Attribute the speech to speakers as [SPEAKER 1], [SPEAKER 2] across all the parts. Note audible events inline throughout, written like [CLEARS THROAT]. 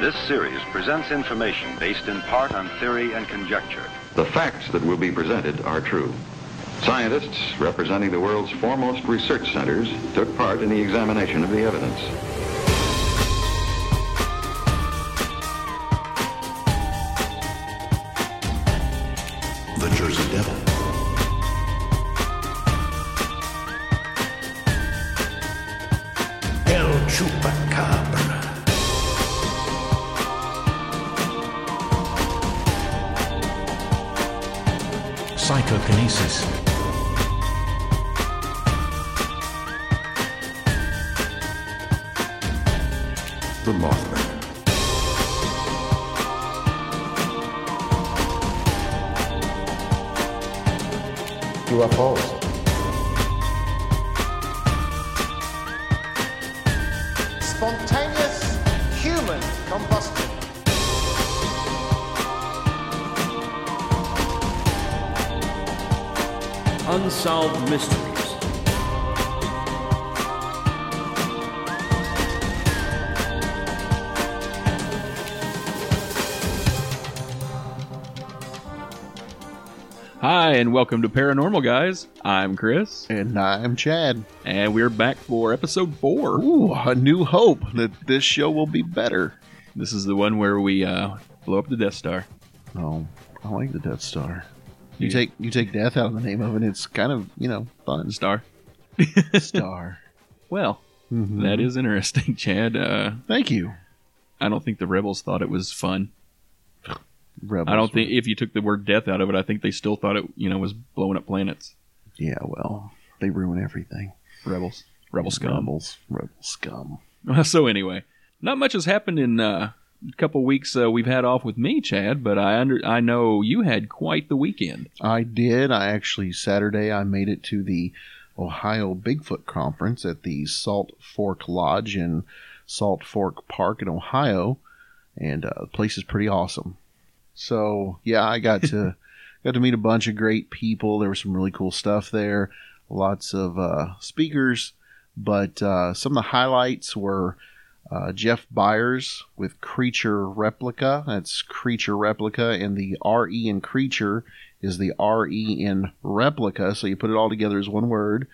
[SPEAKER 1] This series presents information based in part on theory and conjecture.
[SPEAKER 2] The facts that will be presented are true. Scientists representing the world's foremost research centers took part in the examination of the evidence.
[SPEAKER 3] The Jersey Devil. El Chupacabra.
[SPEAKER 4] Psychokinesis.
[SPEAKER 3] The Mothman.
[SPEAKER 5] UFOs.
[SPEAKER 6] Spontaneous human combustion.
[SPEAKER 7] Unsolved Mysteries.
[SPEAKER 8] Hi, and welcome to Paranormal Guys. I'm Chris,
[SPEAKER 5] And I'm Chad.
[SPEAKER 8] and we're back for episode four.
[SPEAKER 5] Ooh, a new hope that this show will be better.
[SPEAKER 8] This is the one where we uh, blow up the Death Star.
[SPEAKER 5] Oh, I like the Death Star. You
[SPEAKER 8] Yeah.
[SPEAKER 5] take you take death out of the name of it. It's kind of you know
[SPEAKER 8] [LAUGHS]
[SPEAKER 5] fun.
[SPEAKER 8] Star.
[SPEAKER 5] Star.
[SPEAKER 8] Well,
[SPEAKER 5] Mhm.
[SPEAKER 8] that is interesting, [LAUGHS] Chad. Uh,
[SPEAKER 5] Thank you.
[SPEAKER 8] I don't think the Rebels thought it was fun.
[SPEAKER 5] Rebels.
[SPEAKER 8] I don't think if you took the word "death" out of it, I think they still thought it, you know, was blowing up planets.
[SPEAKER 5] Yeah, well, they ruin everything.
[SPEAKER 8] Rebels, rebel scum.
[SPEAKER 5] Rebels. Rebel scum.
[SPEAKER 8] [LAUGHS] so anyway, not much has happened in uh, a couple weeks uh, we've had off with me, Chad. But I under I know you had quite the weekend.
[SPEAKER 5] I did. I actually Saturday I made it to the Ohio Bigfoot conference at the Salt Fork Lodge in Salt Fork Park in Ohio, and uh, the place is pretty awesome. So yeah, I got to got to meet a bunch of great people. There was some really cool stuff there. Lots of uh, speakers, but uh, some of the highlights were uh, Jeff Byers with Creature Replica. That's Creature Replica, and the R E in Creature is the R E in Replica. So you put it all together as one word.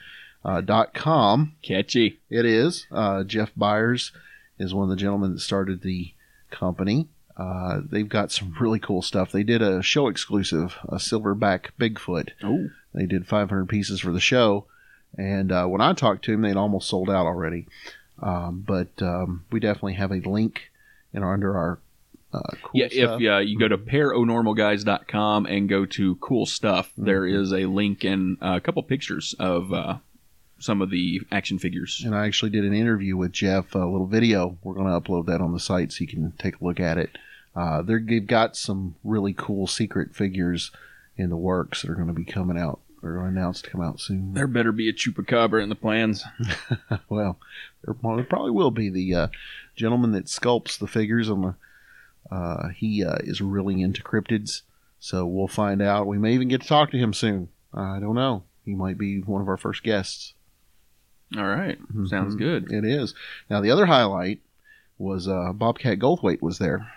[SPEAKER 5] Uh, dot com.
[SPEAKER 8] Catchy.
[SPEAKER 5] It is. Uh, Jeff Byers is one of the gentlemen that started the company. Uh, they've got some really cool stuff. They did a show exclusive, a silverback Bigfoot.
[SPEAKER 8] Oh,
[SPEAKER 5] They did 500 pieces for the show, and uh, when I talked to him, they'd almost sold out already. Um, but um, we definitely have a link, you know, under our uh, cool
[SPEAKER 8] yeah,
[SPEAKER 5] stuff. Mm-hmm.
[SPEAKER 8] if uh, you go to paranormalguys.com and go to cool stuff, there
[SPEAKER 5] Mm-hmm.
[SPEAKER 8] is a link and uh, a couple pictures of uh, some of the action figures.
[SPEAKER 5] and I actually did an interview with Jeff, a little video. We're going to upload that on the site so you can take a look at it. Uh, they're- they've got some really cool secret figures in the works that are going to be coming out or announced to come out soon.
[SPEAKER 8] There better be a chupacabra in the plans.
[SPEAKER 5] [LAUGHS] well, there pro- probably will be the uh, gentleman that sculpts the figures on the. Uh, he uh, is really into cryptids, so we'll find out. We may even get to talk to him soon. I don't know. He might be one of our first guests.
[SPEAKER 8] All right, sounds
[SPEAKER 5] Mhm.
[SPEAKER 8] good.
[SPEAKER 5] It is. Now the other highlight was uh, Bobcat Goldthwait was there,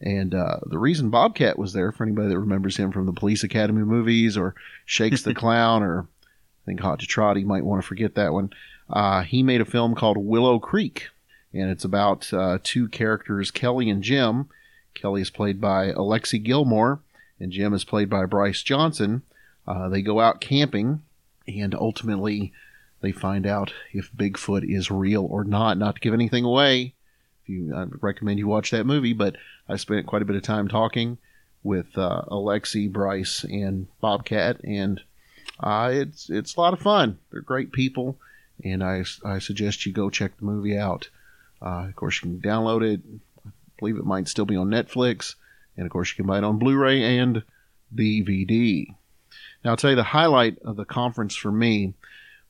[SPEAKER 5] and uh, the reason Bobcat was there for anybody that remembers him from the Police Academy movies or Shakes the Clown or I think Hot to Trot, he might want to forget that one. Uh, he made a film called Willow Creek, and it's about uh, two characters, Kelly and Jim. Kelly is played by Alexi Gilmore, and Jim is played by Bryce Johnson. Uh, they go out camping, and ultimately they find out if Bigfoot is real or not. Not to give anything away, if you I recommend you watch that movie. But I spent quite a bit of time talking with uh, Alexi, Bryce, and Bobcat, and uh, it's it's a lot of fun. They're great people, and I I suggest you go check the movie out. Uh, of course, you can download it. I believe it might still be on Netflix, and of course, you can buy it on Blu-ray and DVD. Now, I'll tell you the highlight of the conference for me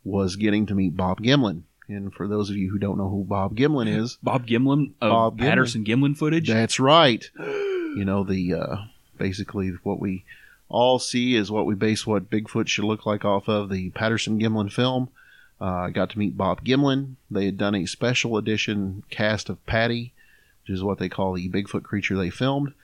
[SPEAKER 5] was getting to meet Bob Gimlin. And for those of you who don't know who Bob Gimlin is,
[SPEAKER 8] Bob Gimlin of
[SPEAKER 5] Bob Gimlin.
[SPEAKER 8] Patterson Gimlin footage.
[SPEAKER 5] that's right. You know the uh, basically what we all see is what we base what Bigfoot should look like off of the Patterson Gimlin film. Uh, I got to meet Bob Gimlin. They had done a special edition cast of Patty which is what they call the Bigfoot creature they filmed.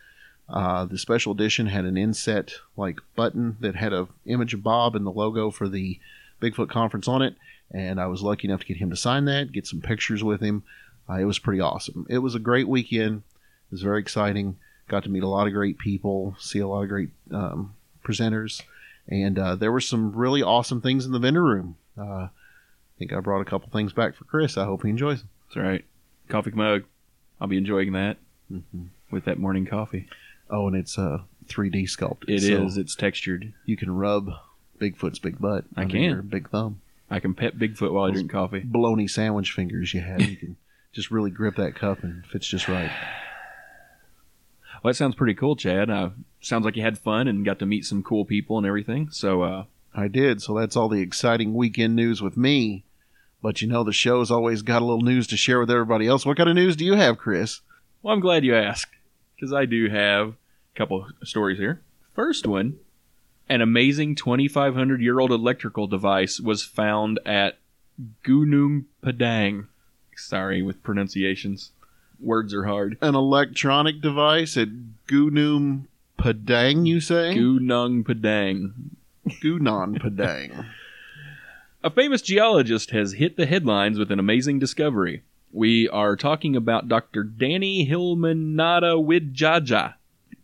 [SPEAKER 5] Uh, the special edition had an inset like button that had a image of Bob and the logo for the Bigfoot conference on it, and I was lucky enough to get him to sign that, get some pictures with him. Uh, it was pretty awesome. It was a great weekend. It was very exciting. Got to meet a lot of great people, see a lot of great um, presenters, and uh, there were some really awesome things in the vendor room. Uh, I think I brought a couple things back for Chris. I hope he enjoys them.
[SPEAKER 8] That's right. Coffee mug. I'll be enjoying that with that morning coffee.
[SPEAKER 5] Mm-hmm. Oh, and it's uh, 3D sculpted.
[SPEAKER 8] It is.
[SPEAKER 5] so
[SPEAKER 8] It's textured.
[SPEAKER 5] You can rub Bigfoot's big butt.
[SPEAKER 8] I
[SPEAKER 5] under
[SPEAKER 8] can.
[SPEAKER 5] your Big thumb.
[SPEAKER 8] I can pet Bigfoot while I drink coffee.
[SPEAKER 5] Bologna sandwich fingers you have. You can [LAUGHS] just really grip that cup and it fits just right.
[SPEAKER 8] Well, that sounds pretty cool, Chad. Uh, sounds like you had fun and got to meet some cool people and everything. So, uh,
[SPEAKER 5] I did. So that's all the exciting weekend news with me. But you know, the show's always got a little news to share with everybody else. What kind of news do you have, Chris?
[SPEAKER 8] well, I'm glad you asked because I do have a couple stories here. First one an amazing 2,500 year old electrical device was found at Gunung Padang. Sorry with pronunciations. Words are hard.
[SPEAKER 5] An electronic device at Gunum Padang, you say?
[SPEAKER 8] Gunung Padang.
[SPEAKER 5] Gunan Padang.
[SPEAKER 8] A famous geologist has hit the headlines with an amazing discovery. We are talking about Dr. Danny Hilmanada Widjaja,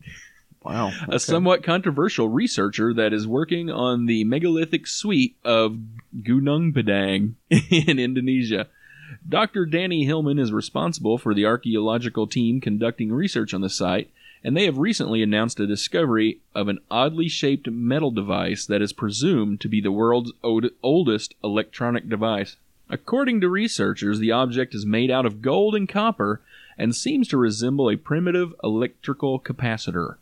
[SPEAKER 5] [LAUGHS] Wow.
[SPEAKER 8] a somewhat controversial researcher that is working on the megalithic suite of Gunung Padang [LAUGHS] in Indonesia. Dr. Danny Hillman is responsible for the archaeological team conducting research on the site, and they have recently announced a discovery of an oddly shaped metal device that is presumed to be the world's od- oldest electronic device. According to researchers, the object is made out of gold and copper and seems to resemble a primitive electrical capacitor.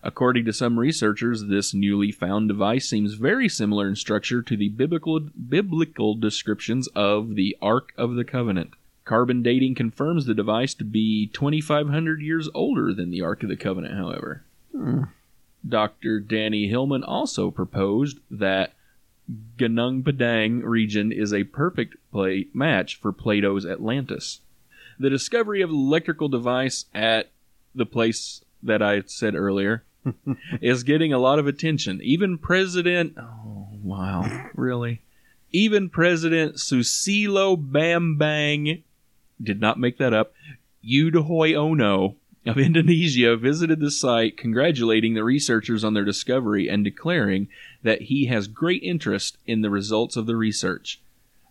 [SPEAKER 8] According to some researchers, this newly found device seems very similar in structure to the biblical, biblical descriptions of the Ark of the Covenant. Carbon dating confirms the device to be 2,500 years older than the Ark of the Covenant, however. Dr. Danny Hillman also proposed that Gunung Padang region is a perfect play match for Plato's Atlantis. The discovery of the electrical device at the place that I said earlier is getting a lot of attention. Even President, oh wow, really? Even President Susilo Bambang did not make that up. Yudhoy Ono of Indonesia visited the site, congratulating the researchers on their discovery and declaring that he has great interest in the results of the research.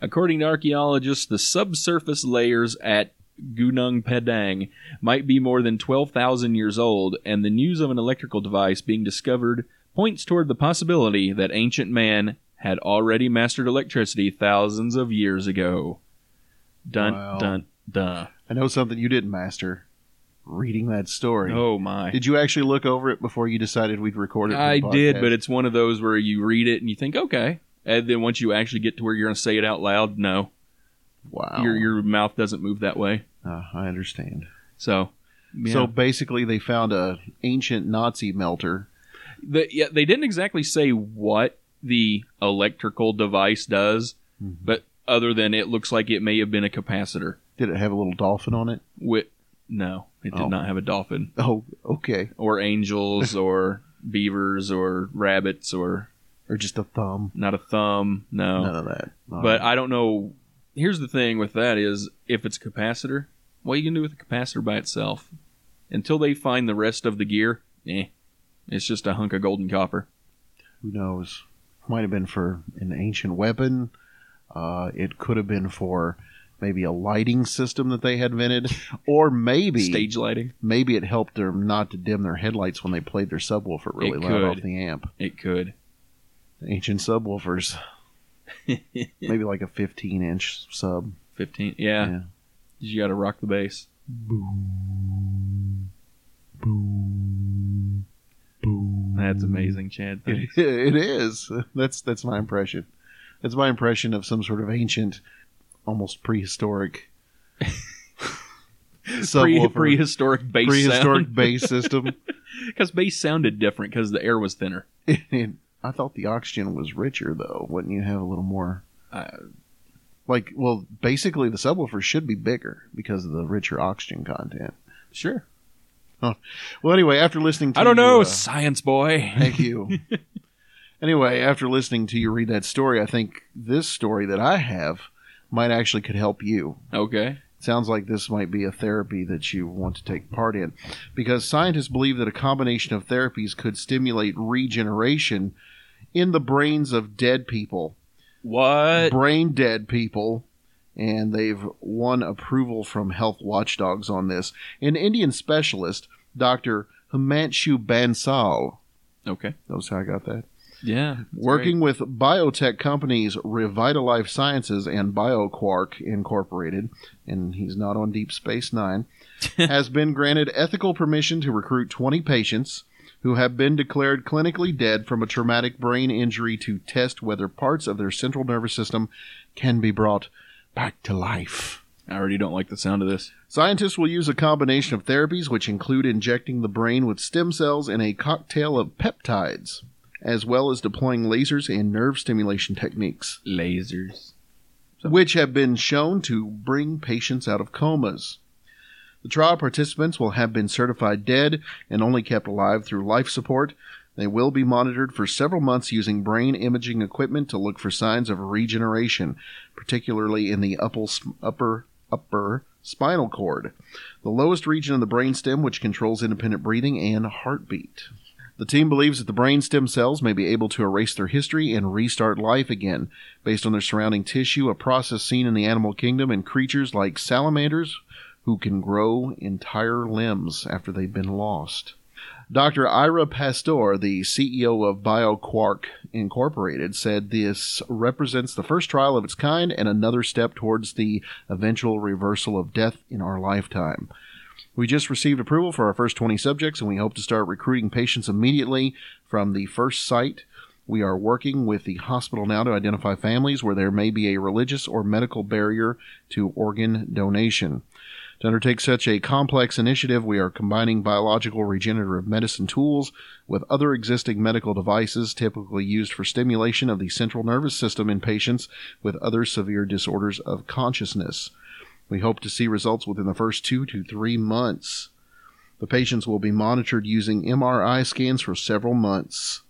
[SPEAKER 8] According to archaeologists, the subsurface layers at Gunung Padang might be more than 12,000 years old, and the news of an electrical device being discovered points toward the possibility that ancient man had already mastered electricity thousands of years ago. Dun
[SPEAKER 5] Wow.
[SPEAKER 8] dun dun.
[SPEAKER 5] I know something you didn't master reading that story.
[SPEAKER 8] Oh my.
[SPEAKER 5] Did you actually look over it before you decided we'd record it? for the
[SPEAKER 8] I did,
[SPEAKER 5] podcast?
[SPEAKER 8] but it's one of those where you read it and you think, okay. And then once you actually get to where you're going to say it out loud, no.
[SPEAKER 5] wow.
[SPEAKER 8] Your, your mouth doesn't move that way.
[SPEAKER 5] Uh, I understand.
[SPEAKER 8] So. yeah.
[SPEAKER 5] So basically, they found a ancient Nazi melter.
[SPEAKER 8] the, yeah, they didn't exactly say what the electrical device does,
[SPEAKER 5] Mm-hmm.
[SPEAKER 8] but other than it looks like it may have been a capacitor.
[SPEAKER 5] Did it have a little dolphin on it?
[SPEAKER 8] With no, it did
[SPEAKER 5] Oh.
[SPEAKER 8] not have a dolphin
[SPEAKER 5] Oh, okay. [LAUGHS]
[SPEAKER 8] or angels or beavers or rabbits or
[SPEAKER 5] Or just a thumb?
[SPEAKER 8] not a thumb. No,
[SPEAKER 5] None of that. Uh, All
[SPEAKER 8] Oh. but
[SPEAKER 5] right.
[SPEAKER 8] I don't know. Here's the thing with that is if it's a capacitor, what you can do with a capacitor by itself? Until they find the rest of the gear, eh, it's just a hunk of golden copper.
[SPEAKER 5] who knows? Might have been for an ancient weapon. Uh, it could have been for maybe a lighting system that they had
[SPEAKER 8] [LAUGHS]
[SPEAKER 5] invented, or maybe
[SPEAKER 8] Stage lighting,
[SPEAKER 5] maybe it helped them not to dim their headlights when they played their subwoofer really
[SPEAKER 8] It
[SPEAKER 5] loud
[SPEAKER 8] could.
[SPEAKER 5] off the amp.
[SPEAKER 8] it could.
[SPEAKER 5] Ancient subwoofers,
[SPEAKER 8] [LAUGHS]
[SPEAKER 5] maybe like a 15 inch sub.
[SPEAKER 8] Fifteen, yeah.
[SPEAKER 5] Yeah.
[SPEAKER 8] You got to rock the bass. Boom, boom, boom. That's amazing, Chad.
[SPEAKER 5] [LAUGHS]
[SPEAKER 8] Thanks.
[SPEAKER 5] it is. That's that's my impression. That's my impression of some sort of ancient, almost
[SPEAKER 8] [LAUGHS]
[SPEAKER 5] prehistoric.
[SPEAKER 8] Pre-
[SPEAKER 5] subwoofer.
[SPEAKER 8] prehistoric bass.
[SPEAKER 5] prehistoric
[SPEAKER 8] [LAUGHS] Prehistoric,
[SPEAKER 5] bass system.
[SPEAKER 8] because bass sounded different because the air was thinner.
[SPEAKER 5] And I thought the oxygen was richer though. Wouldn't you have a little more? uh, like, well, basically the subwoofer should be bigger because of the richer oxygen content.
[SPEAKER 8] Sure.
[SPEAKER 5] Well, anyway, after listening to
[SPEAKER 8] I don't
[SPEAKER 5] you,
[SPEAKER 8] know,
[SPEAKER 5] uh,
[SPEAKER 8] science boy.
[SPEAKER 5] Thank you. [LAUGHS] anyway, after listening to you read that story, I think this story that I have might actually could help you.
[SPEAKER 8] Okay.
[SPEAKER 5] Sounds like this might be a therapy that you want to take part in because scientists believe that a combination of therapies could stimulate regeneration in the brains of dead people,
[SPEAKER 8] What?
[SPEAKER 5] brain dead people, and they've won approval from health watchdogs on this. An Indian specialist, Dr. Himanshu Bansal,
[SPEAKER 8] Okay.
[SPEAKER 5] notice how I got that?
[SPEAKER 8] Yeah. that's
[SPEAKER 5] Working with biotech companies Revitalife Sciences and BioQuark Incorporated, and he's not on Deep Space Nine, has been granted ethical permission to recruit 20 patients who have been declared clinically dead from a traumatic brain injury to test whether parts of their central nervous system can be brought back to life.
[SPEAKER 8] great. I already don't like the sound of this.
[SPEAKER 5] Scientists will use a combination of therapies, which include injecting the brain with stem cells and a cocktail of peptides, as well as deploying lasers and nerve stimulation techniques,
[SPEAKER 8] Lasers.
[SPEAKER 5] which have been shown to bring patients out of comas. The trial participants will have been certified dead and only kept alive through life support. They will be monitored for several months using brain imaging equipment to look for signs of regeneration, particularly in the upper upper upper spinal cord, the lowest region of the brainstem which controls independent breathing and heartbeat. The team believes that the brainstem cells may be able to erase their history and restart life again, based on their surrounding tissue, a process seen in the animal kingdom in creatures like salamanders, who can grow entire limbs after they've been lost. Dr. Ira Pasteur, the CEO of BioQuark Incorporated, said this represents the first trial of its kind and another step towards the eventual reversal of death in our lifetime. We just received approval for our first 20 subjects and we hope to start recruiting patients immediately from the first site. We are working with the hospital now to identify families where there may be a religious or medical barrier to organ donation. To undertake such a complex initiative, we are combining biological regenerative medicine tools with other existing medical devices typically used for stimulation of the central nervous system in patients with other severe disorders of consciousness. We hope to see results within the first two to three months. The patients will be monitored using MRI scans for several months.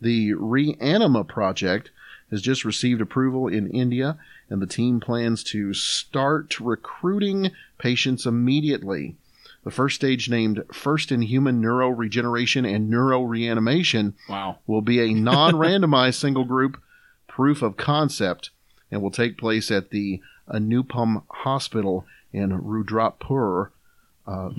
[SPEAKER 5] The Reanima project has just received approval in India, and the team plans to start recruiting patients immediately. The first stage, named First in Human Neuro Regeneration and Neuro Reanimation,
[SPEAKER 8] Wow.
[SPEAKER 5] will be a non randomized single group proof of concept and will take place at the Anupam Hospital in Rudrapur, uh,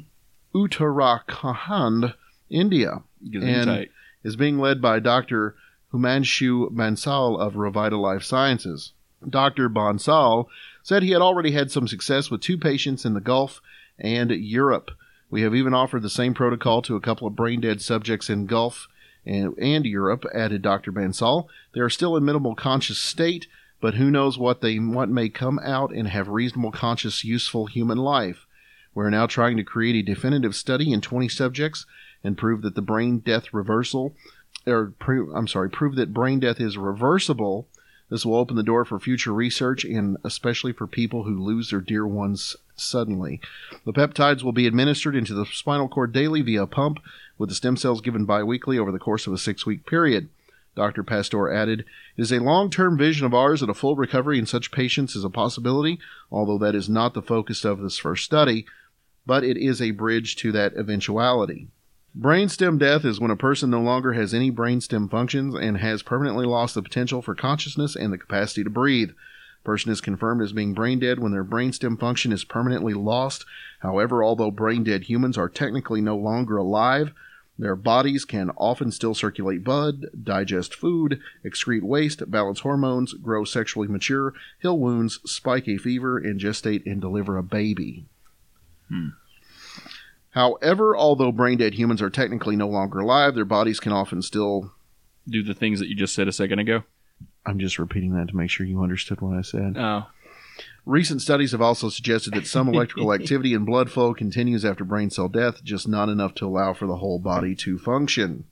[SPEAKER 5] Uttarakhand, India. And-
[SPEAKER 8] Gesundheit.
[SPEAKER 5] Is being led by Dr. Humanshu Bansal of Revitalife Sciences. Dr. Bansal said he had already had some success with two patients in the Gulf and Europe. We have even offered the same protocol to a couple of brain dead subjects in Gulf and, and Europe, added Dr. Bansal. They are still in minimal conscious state, but who knows what they what may come out and have reasonable conscious useful human life. We are now trying to create a definitive study in 20 subjects and prove that the brain death reversal or prove, I'm sorry, prove that brain death is reversible. This will open the door for future research and especially for people who lose their dear ones suddenly. The peptides will be administered into the spinal cord daily via a pump, with the stem cells given bi weekly over the course of a six week period. Dr. Pastor added, It is a long term vision of ours that a full recovery in such patients is a possibility, although that is not the focus of this first study, but it is a bridge to that eventuality. Brainstem death is when a person no longer has any brainstem functions and has permanently lost the potential for consciousness and the capacity to breathe. A person is confirmed as being brain dead when their brainstem function is permanently lost. However, although brain dead humans are technically no longer alive, their bodies can often still circulate blood, digest food, excrete waste, balance hormones, grow sexually mature, heal wounds, spike a fever, and gestate and deliver a baby. However, although brain dead humans are technically no longer alive, their bodies can often still.
[SPEAKER 8] Do the things that you just said a second ago.
[SPEAKER 5] I'm just repeating that to make sure you understood what I said.
[SPEAKER 8] Oh.
[SPEAKER 5] Recent studies have also suggested that some electrical activity and blood flow continues after brain cell death, just not enough to allow for the whole body to function.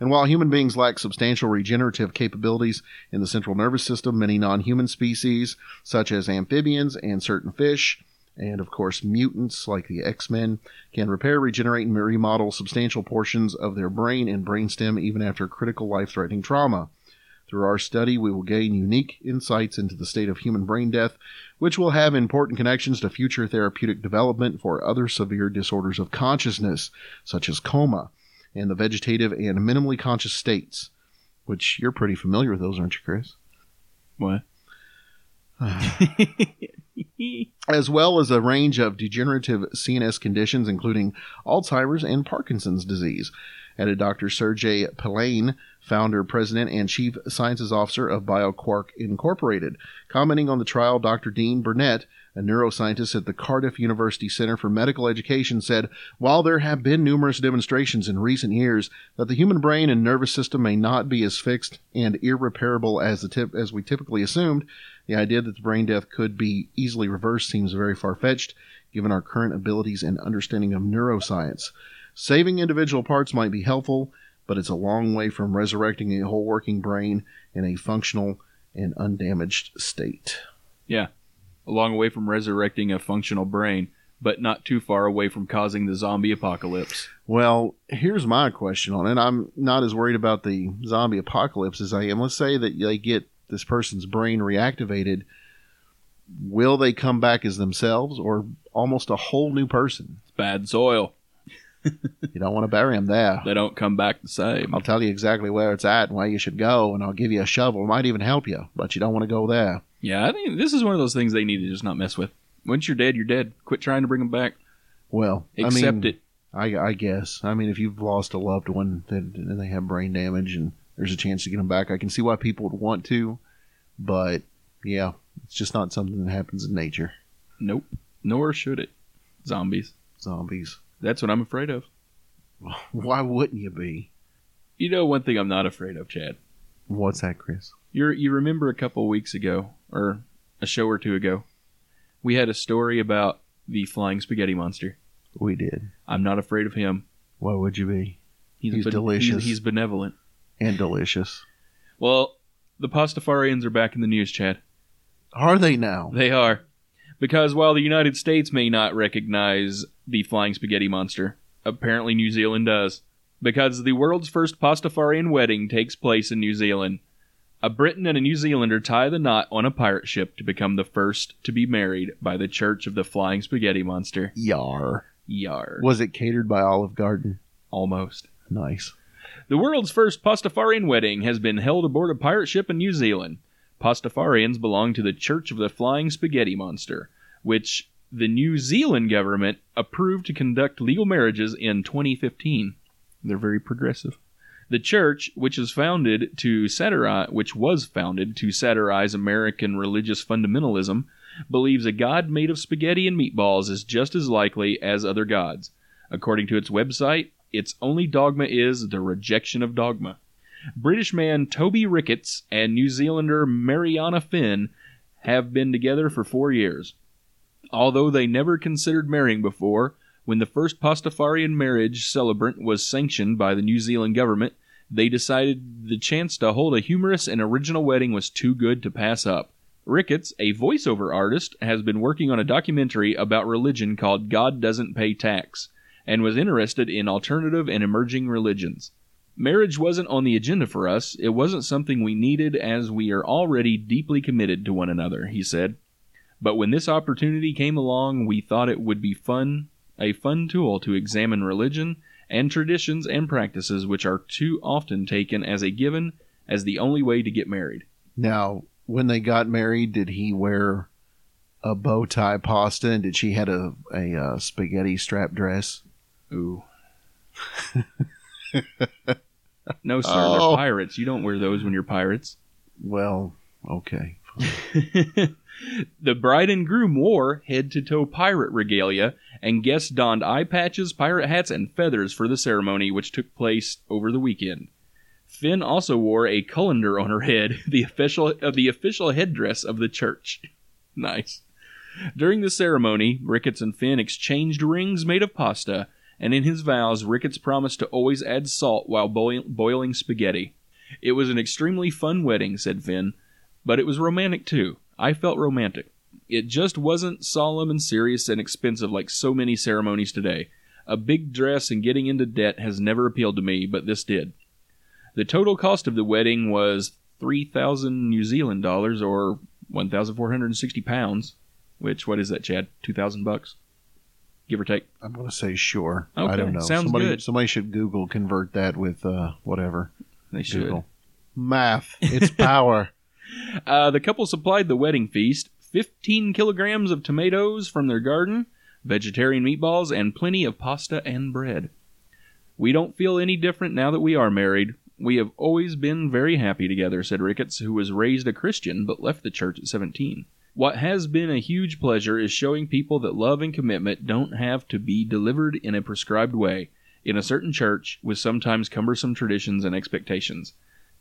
[SPEAKER 5] And while human beings lack substantial regenerative capabilities in the central nervous system, many non human species, such as amphibians and certain fish, And of course, mutants like the X Men can repair, regenerate, and remodel substantial portions of their brain and brainstem even after critical life threatening trauma. Through our study, we will gain unique insights into the state of human brain death, which will have important connections to future therapeutic development for other severe disorders of consciousness, such as coma and the vegetative and minimally conscious states, which you're pretty familiar with those, aren't you, Chris?
[SPEAKER 8] What?
[SPEAKER 5] as well as a range of degenerative CNS conditions, including Alzheimer's and Parkinson's disease. Added Dr. Sergey Pelane, founder, president, and chief sciences officer of BioQuark Incorporated. Commenting on the trial, Dr. Dean Burnett, a neuroscientist at the Cardiff University Center for Medical Education, said While there have been numerous demonstrations in recent years that the human brain and nervous system may not be as fixed and irreparable as, the tip- as we typically assumed, the idea that the brain death could be easily reversed seems very far fetched, given our current abilities and understanding of neuroscience. Saving individual parts might be helpful, but it's a long way from resurrecting a whole working brain in a functional and undamaged state.
[SPEAKER 8] Yeah. A long way from resurrecting a functional brain, but not too far away from causing the zombie apocalypse.
[SPEAKER 5] Well, here's my question on it. I'm not as worried about the zombie apocalypse as I am. Let's say that they get this person's brain reactivated. Will they come back as themselves or almost a whole new person?
[SPEAKER 8] It's bad soil.
[SPEAKER 5] You don't want to bury them there.
[SPEAKER 8] They don't come back the same.
[SPEAKER 5] I'll tell you exactly where it's at and where you should go, and I'll give you a shovel. Might even help you, but you don't want to go there.
[SPEAKER 8] Yeah, I think this is one of those things they need to just not mess with. Once you're dead, you're dead. Quit trying to bring them back.
[SPEAKER 5] Well,
[SPEAKER 8] Accept
[SPEAKER 5] I mean,
[SPEAKER 8] it.
[SPEAKER 5] I, I guess. I mean, if you've lost a loved one then- and they have brain damage and there's a chance to get them back, I can see why people would want to, but yeah, it's just not something that happens in nature.
[SPEAKER 8] Nope. Nor should it. Zombies.
[SPEAKER 5] Zombies.
[SPEAKER 8] That's what I'm afraid of.
[SPEAKER 5] Why wouldn't you be?
[SPEAKER 8] You know one thing I'm not afraid of, Chad.
[SPEAKER 5] What's that, Chris?
[SPEAKER 8] You you remember a couple weeks ago, or a show or two ago, we had a story about the flying spaghetti monster.
[SPEAKER 5] We did.
[SPEAKER 8] I'm not afraid of him.
[SPEAKER 5] Why would you be? He's
[SPEAKER 8] ben-
[SPEAKER 5] delicious.
[SPEAKER 8] He's, he's benevolent.
[SPEAKER 5] And delicious.
[SPEAKER 8] Well, the Pastafarians are back in the news, Chad.
[SPEAKER 5] Are they now?
[SPEAKER 8] They are. Because while the United States may not recognize the flying spaghetti monster, apparently New Zealand does. Because the world's first Pastafarian wedding takes place in New Zealand. A Briton and a New Zealander tie the knot on a pirate ship to become the first to be married by the Church of the Flying Spaghetti Monster.
[SPEAKER 5] Yar.
[SPEAKER 8] Yar.
[SPEAKER 5] Was it catered by Olive Garden?
[SPEAKER 8] Almost.
[SPEAKER 5] Nice.
[SPEAKER 8] The world's first Pastafarian wedding has been held aboard a pirate ship in New Zealand. Pastafarians belong to the Church of the Flying Spaghetti Monster, which the New Zealand government approved to conduct legal marriages in 2015. They're very progressive. The church, which is founded to satirize, which was founded to satirize American religious fundamentalism, believes a god made of spaghetti and meatballs is just as likely as other gods. According to its website, its only dogma is the rejection of dogma. British man Toby Ricketts and New Zealander Mariana Finn have been together for four years. Although they never considered marrying before, when the first Pastafarian marriage celebrant was sanctioned by the New Zealand government, they decided the chance to hold a humorous and original wedding was too good to pass up. Ricketts, a voiceover artist, has been working on a documentary about religion called God Doesn't Pay Tax and was interested in alternative and emerging religions. Marriage wasn't on the agenda for us. It wasn't something we needed as we are already deeply committed to one another, he said. But when this opportunity came along, we thought it would be fun, a fun tool to examine religion and traditions and practices which are too often taken as a given as the only way to get married.
[SPEAKER 5] Now, when they got married, did he wear a bow tie pasta and did she had a, a, uh spaghetti strap dress?
[SPEAKER 8] Ooh. no, sir,
[SPEAKER 5] Oh.
[SPEAKER 8] they're pirates. You don't wear those when you're pirates.
[SPEAKER 5] Well, okay.
[SPEAKER 8] [LAUGHS] The bride and groom wore head to toe pirate regalia, and guests donned eye patches, pirate hats, and feathers for the ceremony, which took place over the weekend. Finn also wore a cullender on her head, [LAUGHS] the official of the official headdress of the church. [LAUGHS] nice. During the ceremony, Ricketts and Finn exchanged rings made of pasta, and in his vows, Ricketts promised to always add salt while boil- boiling spaghetti. It was an extremely fun wedding, said Finn, but it was romantic too. I felt romantic. It just wasn't solemn and serious and expensive like so many ceremonies today. A big dress and getting into debt has never appealed to me, but this did. The total cost of the wedding was 3,000 New Zealand dollars or 1,460 pounds, which, what is that, Chad? 2,000 bucks? Give or take.
[SPEAKER 5] I'm going to say sure. I
[SPEAKER 8] Okay,
[SPEAKER 5] don't know.
[SPEAKER 8] sounds
[SPEAKER 5] somebody,
[SPEAKER 8] good.
[SPEAKER 5] somebody should Google convert that with uh, whatever.
[SPEAKER 8] They should.
[SPEAKER 5] Google. Math.
[SPEAKER 8] [LAUGHS]
[SPEAKER 5] It's power.
[SPEAKER 8] Uh, the couple supplied the wedding feast 15 kilograms of tomatoes from their garden, vegetarian meatballs, and plenty of pasta and bread. We don't feel any different now that we are married. We have always been very happy together, said Ricketts, who was raised a Christian but left the church at 17. What has been a huge pleasure is showing people that love and commitment don't have to be delivered in a prescribed way, in a certain church, with sometimes cumbersome traditions and expectations.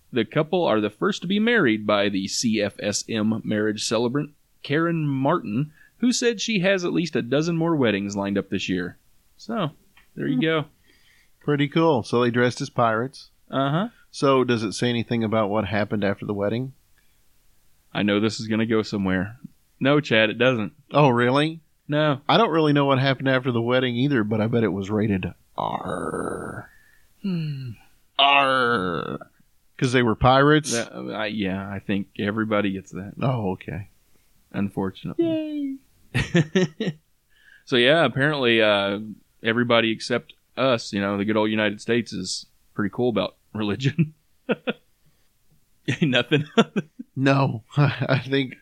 [SPEAKER 8] The couple are the first to be married by the CFSM marriage celebrant, Karen Martin, who said she has at least a dozen more weddings lined up this year. So, there you go.
[SPEAKER 5] Pretty cool. So they dressed as pirates.
[SPEAKER 8] Uh huh.
[SPEAKER 5] So does it say anything about what happened after the wedding?
[SPEAKER 8] I know this is going to go somewhere. No, Chad, it doesn't.
[SPEAKER 5] Oh, really?
[SPEAKER 8] No.
[SPEAKER 5] I don't really know what happened after the wedding either, but I bet it was rated R.
[SPEAKER 8] Arr.
[SPEAKER 5] Because they were pirates?
[SPEAKER 8] That- uh, I, yeah, I think everybody gets that,
[SPEAKER 5] Oh, okay.
[SPEAKER 8] unfortunately. Yay. [LAUGHS] so, yeah, apparently uh, everybody except us, you know, the good old United States is pretty cool about religion. [LAUGHS] Nothing.
[SPEAKER 5] No, [LAUGHS] I think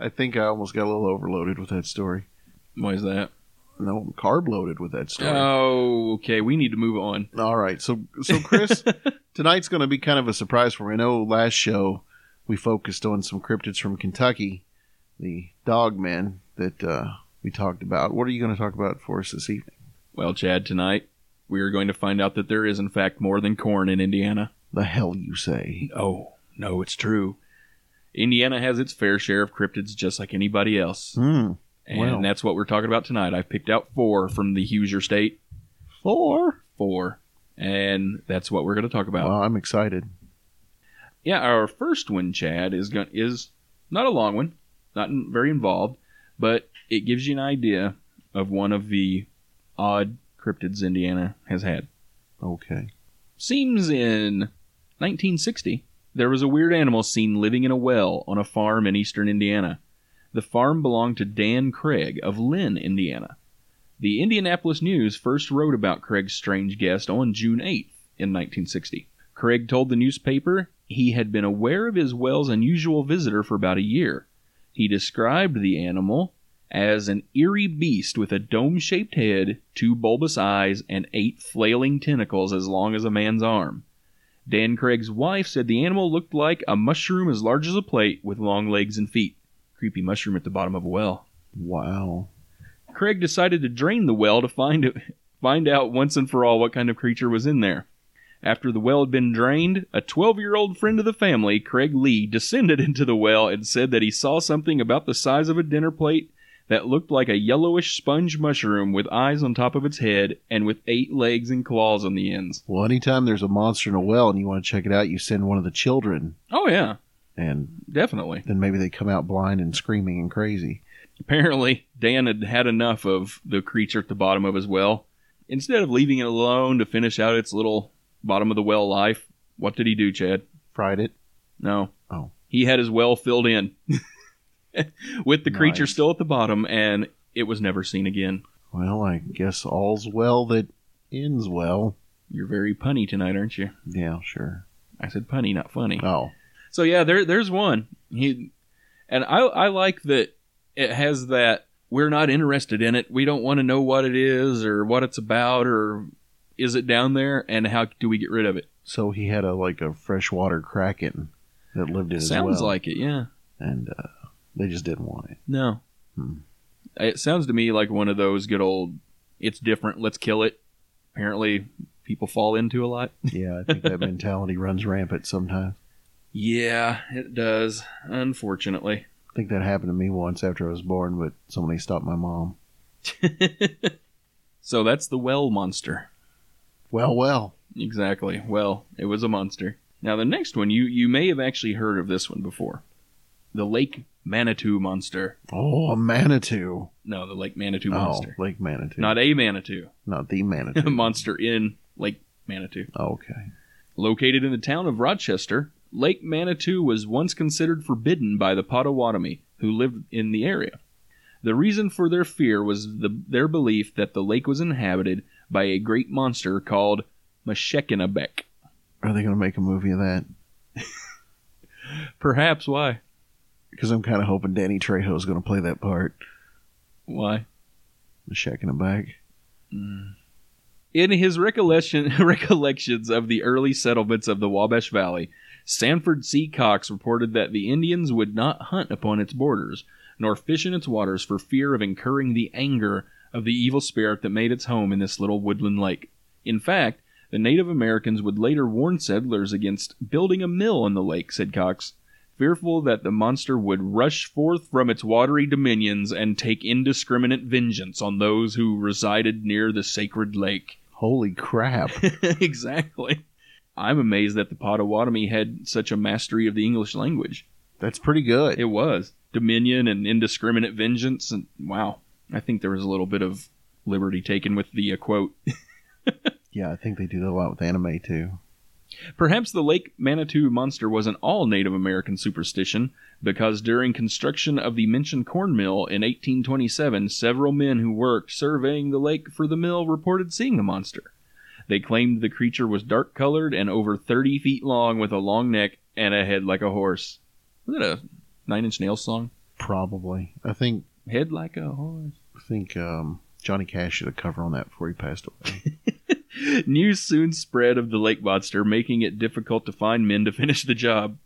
[SPEAKER 5] I think I almost got a little overloaded with that story.
[SPEAKER 8] Why is that?
[SPEAKER 5] No, I'm carb loaded with that story.
[SPEAKER 8] Oh, okay. We need to move on.
[SPEAKER 5] All right. So so Chris, tonight's going to be kind of a surprise for me. I know last show we focused on some cryptids from Kentucky, the dog men that uh, we talked about. What are you going to talk about for us this evening?
[SPEAKER 8] Well, Chad, tonight we are going to find out that there is, in fact, more than corn in Indiana.
[SPEAKER 5] The hell you say?
[SPEAKER 8] Oh, no, it's true. Indiana has its fair share of cryptids just like anybody else.
[SPEAKER 5] Hmm.
[SPEAKER 8] And
[SPEAKER 5] Wow.
[SPEAKER 8] that's what we're talking about tonight. I picked out four from the Hoosier State.
[SPEAKER 5] Four.
[SPEAKER 8] Four. And that's what we're going to talk about.
[SPEAKER 5] Well, I'm excited.
[SPEAKER 8] Yeah, our first one, Chad, is going is not a long one, not in- very involved, but it gives you an idea of one of the odd cryptids Indiana has had.
[SPEAKER 5] Okay.
[SPEAKER 8] Seems in 1960, there was a weird animal seen living in a well on a farm in eastern Indiana. The farm belonged to Dan Craig of Lynn, Indiana. The Indianapolis News first wrote about Craig's strange guest on June 8th in 1960. Craig told the newspaper he had been aware of his well's unusual visitor for about a year. He described the animal as an eerie beast with a dome shaped head, two bulbous eyes, and eight flailing tentacles as long as a man's arm. Dan Craig's wife said the animal looked like a mushroom as large as a plate with long legs and feet. Creepy mushroom at the bottom of a well.
[SPEAKER 5] Wow.
[SPEAKER 8] Craig decided to drain the well to find find out once and for all what kind of creature was in there. After the well had been drained, a 12-year-old friend of the family, Craig Lee, descended [LAUGHS] into the well and said that he saw something about the size of a dinner plate that looked like a yellowish sponge mushroom with eyes on top of its head and with eight legs and claws on the ends.
[SPEAKER 5] Well, anytime there's a monster in a well and you want to check it out, you send one of the children,
[SPEAKER 8] Oh yeah,
[SPEAKER 5] and
[SPEAKER 8] definitely.
[SPEAKER 5] then maybe they come out blind and screaming and crazy.
[SPEAKER 8] Apparently, Dan had had enough of the creature at the bottom of his well. Instead of leaving it alone to finish out its little bottom of the well life, what did he do, Chad?
[SPEAKER 5] Fried it.
[SPEAKER 8] No.
[SPEAKER 5] Oh.
[SPEAKER 8] He had his well filled in [LAUGHS] with the creature
[SPEAKER 5] Nice.
[SPEAKER 8] still at the bottom, and it was never seen again.
[SPEAKER 5] Well, I guess all's well that ends well.
[SPEAKER 8] You're very punny tonight, aren't you?
[SPEAKER 5] Yeah, sure.
[SPEAKER 8] I said punny, not funny.
[SPEAKER 5] Oh,
[SPEAKER 8] So yeah, there there's one. He and I I like that it has that we're not interested in it. We don't want to know what it is or what it's about or is it down there and how do we get rid of it?
[SPEAKER 5] so he had a like a freshwater kraken that lived in his
[SPEAKER 8] Sounds
[SPEAKER 5] well,
[SPEAKER 8] like it, yeah.
[SPEAKER 5] and uh, they just didn't want it.
[SPEAKER 8] No.
[SPEAKER 5] Hmm.
[SPEAKER 8] It sounds to me like one of those good old it's different, let's kill it. Apparently people fall into a lot.
[SPEAKER 5] Yeah, I think
[SPEAKER 8] [LAUGHS]
[SPEAKER 5] that mentality runs rampant sometimes.
[SPEAKER 8] Yeah, it does, unfortunately.
[SPEAKER 5] I think that happened to me once after I was born, but somebody stopped my mom.
[SPEAKER 8] So that's the well monster.
[SPEAKER 5] Well, well,
[SPEAKER 8] Exactly. Well, it was a monster. Now the next one, you you may have actually heard of this one before. the Lake Manitou monster.
[SPEAKER 5] Oh, a Manitou.
[SPEAKER 8] No, the Lake Manitou monster.
[SPEAKER 5] Oh, Lake Manitou.
[SPEAKER 8] Not a Manitou.
[SPEAKER 5] [LAUGHS]
[SPEAKER 8] [LAUGHS]
[SPEAKER 5] Not the Manitou. Oh,
[SPEAKER 8] monster in Lake Manitou.
[SPEAKER 5] okay.
[SPEAKER 8] Located in the town of Rochester, Lake Manitou was once considered forbidden by the Potawatomi, who lived in the area. The reason for their fear was the, their belief that the lake was inhabited by a great monster called Meshekinabek.
[SPEAKER 5] Are they going to make a movie of that?
[SPEAKER 8] Perhaps why?
[SPEAKER 5] Because I'm kind of hoping Danny Trejo is going to play that part.
[SPEAKER 8] Why?
[SPEAKER 5] I'm shaking it back.
[SPEAKER 8] Mm. In his recollection, [LAUGHS] recollections of the early settlements of the Wabash Valley, Sanford C. Cox reported that the Indians would not hunt upon its borders, nor fish in its waters for fear of incurring the anger of the evil spirit that made its home in this little woodland lake. In fact, the Native Americans would later warn settlers against building a mill on the lake, said Cox, fearful that the monster would rush forth from its watery dominions and take indiscriminate vengeance on those who resided near the sacred lake.
[SPEAKER 5] Holy crap.
[SPEAKER 8] exactly. I'm amazed that the Potawatomi had such a mastery of the English language.
[SPEAKER 5] That's pretty good.
[SPEAKER 8] It was dominion and indiscriminate vengeance, and wow, I think there was a little bit of liberty taken with the uh, quote.
[SPEAKER 5] Yeah, I think they do that a lot with anime too.
[SPEAKER 8] Perhaps the Lake Manitou monster was an all Native American superstition, because during construction of the mentioned corn mill in 1827, several men who worked surveying the lake for the mill reported seeing the monster. They claimed the creature was dark colored and over 30 feet long with a long neck and a head like a horse. Was it a Nine Inch Nails song?
[SPEAKER 5] Probably. I think
[SPEAKER 8] Head like a horse.
[SPEAKER 5] I think um, Johnny Cash did a cover on that before he passed away.
[SPEAKER 8] News soon spread of the lake monster, making it difficult to find men to [LAUGHS] finish the job.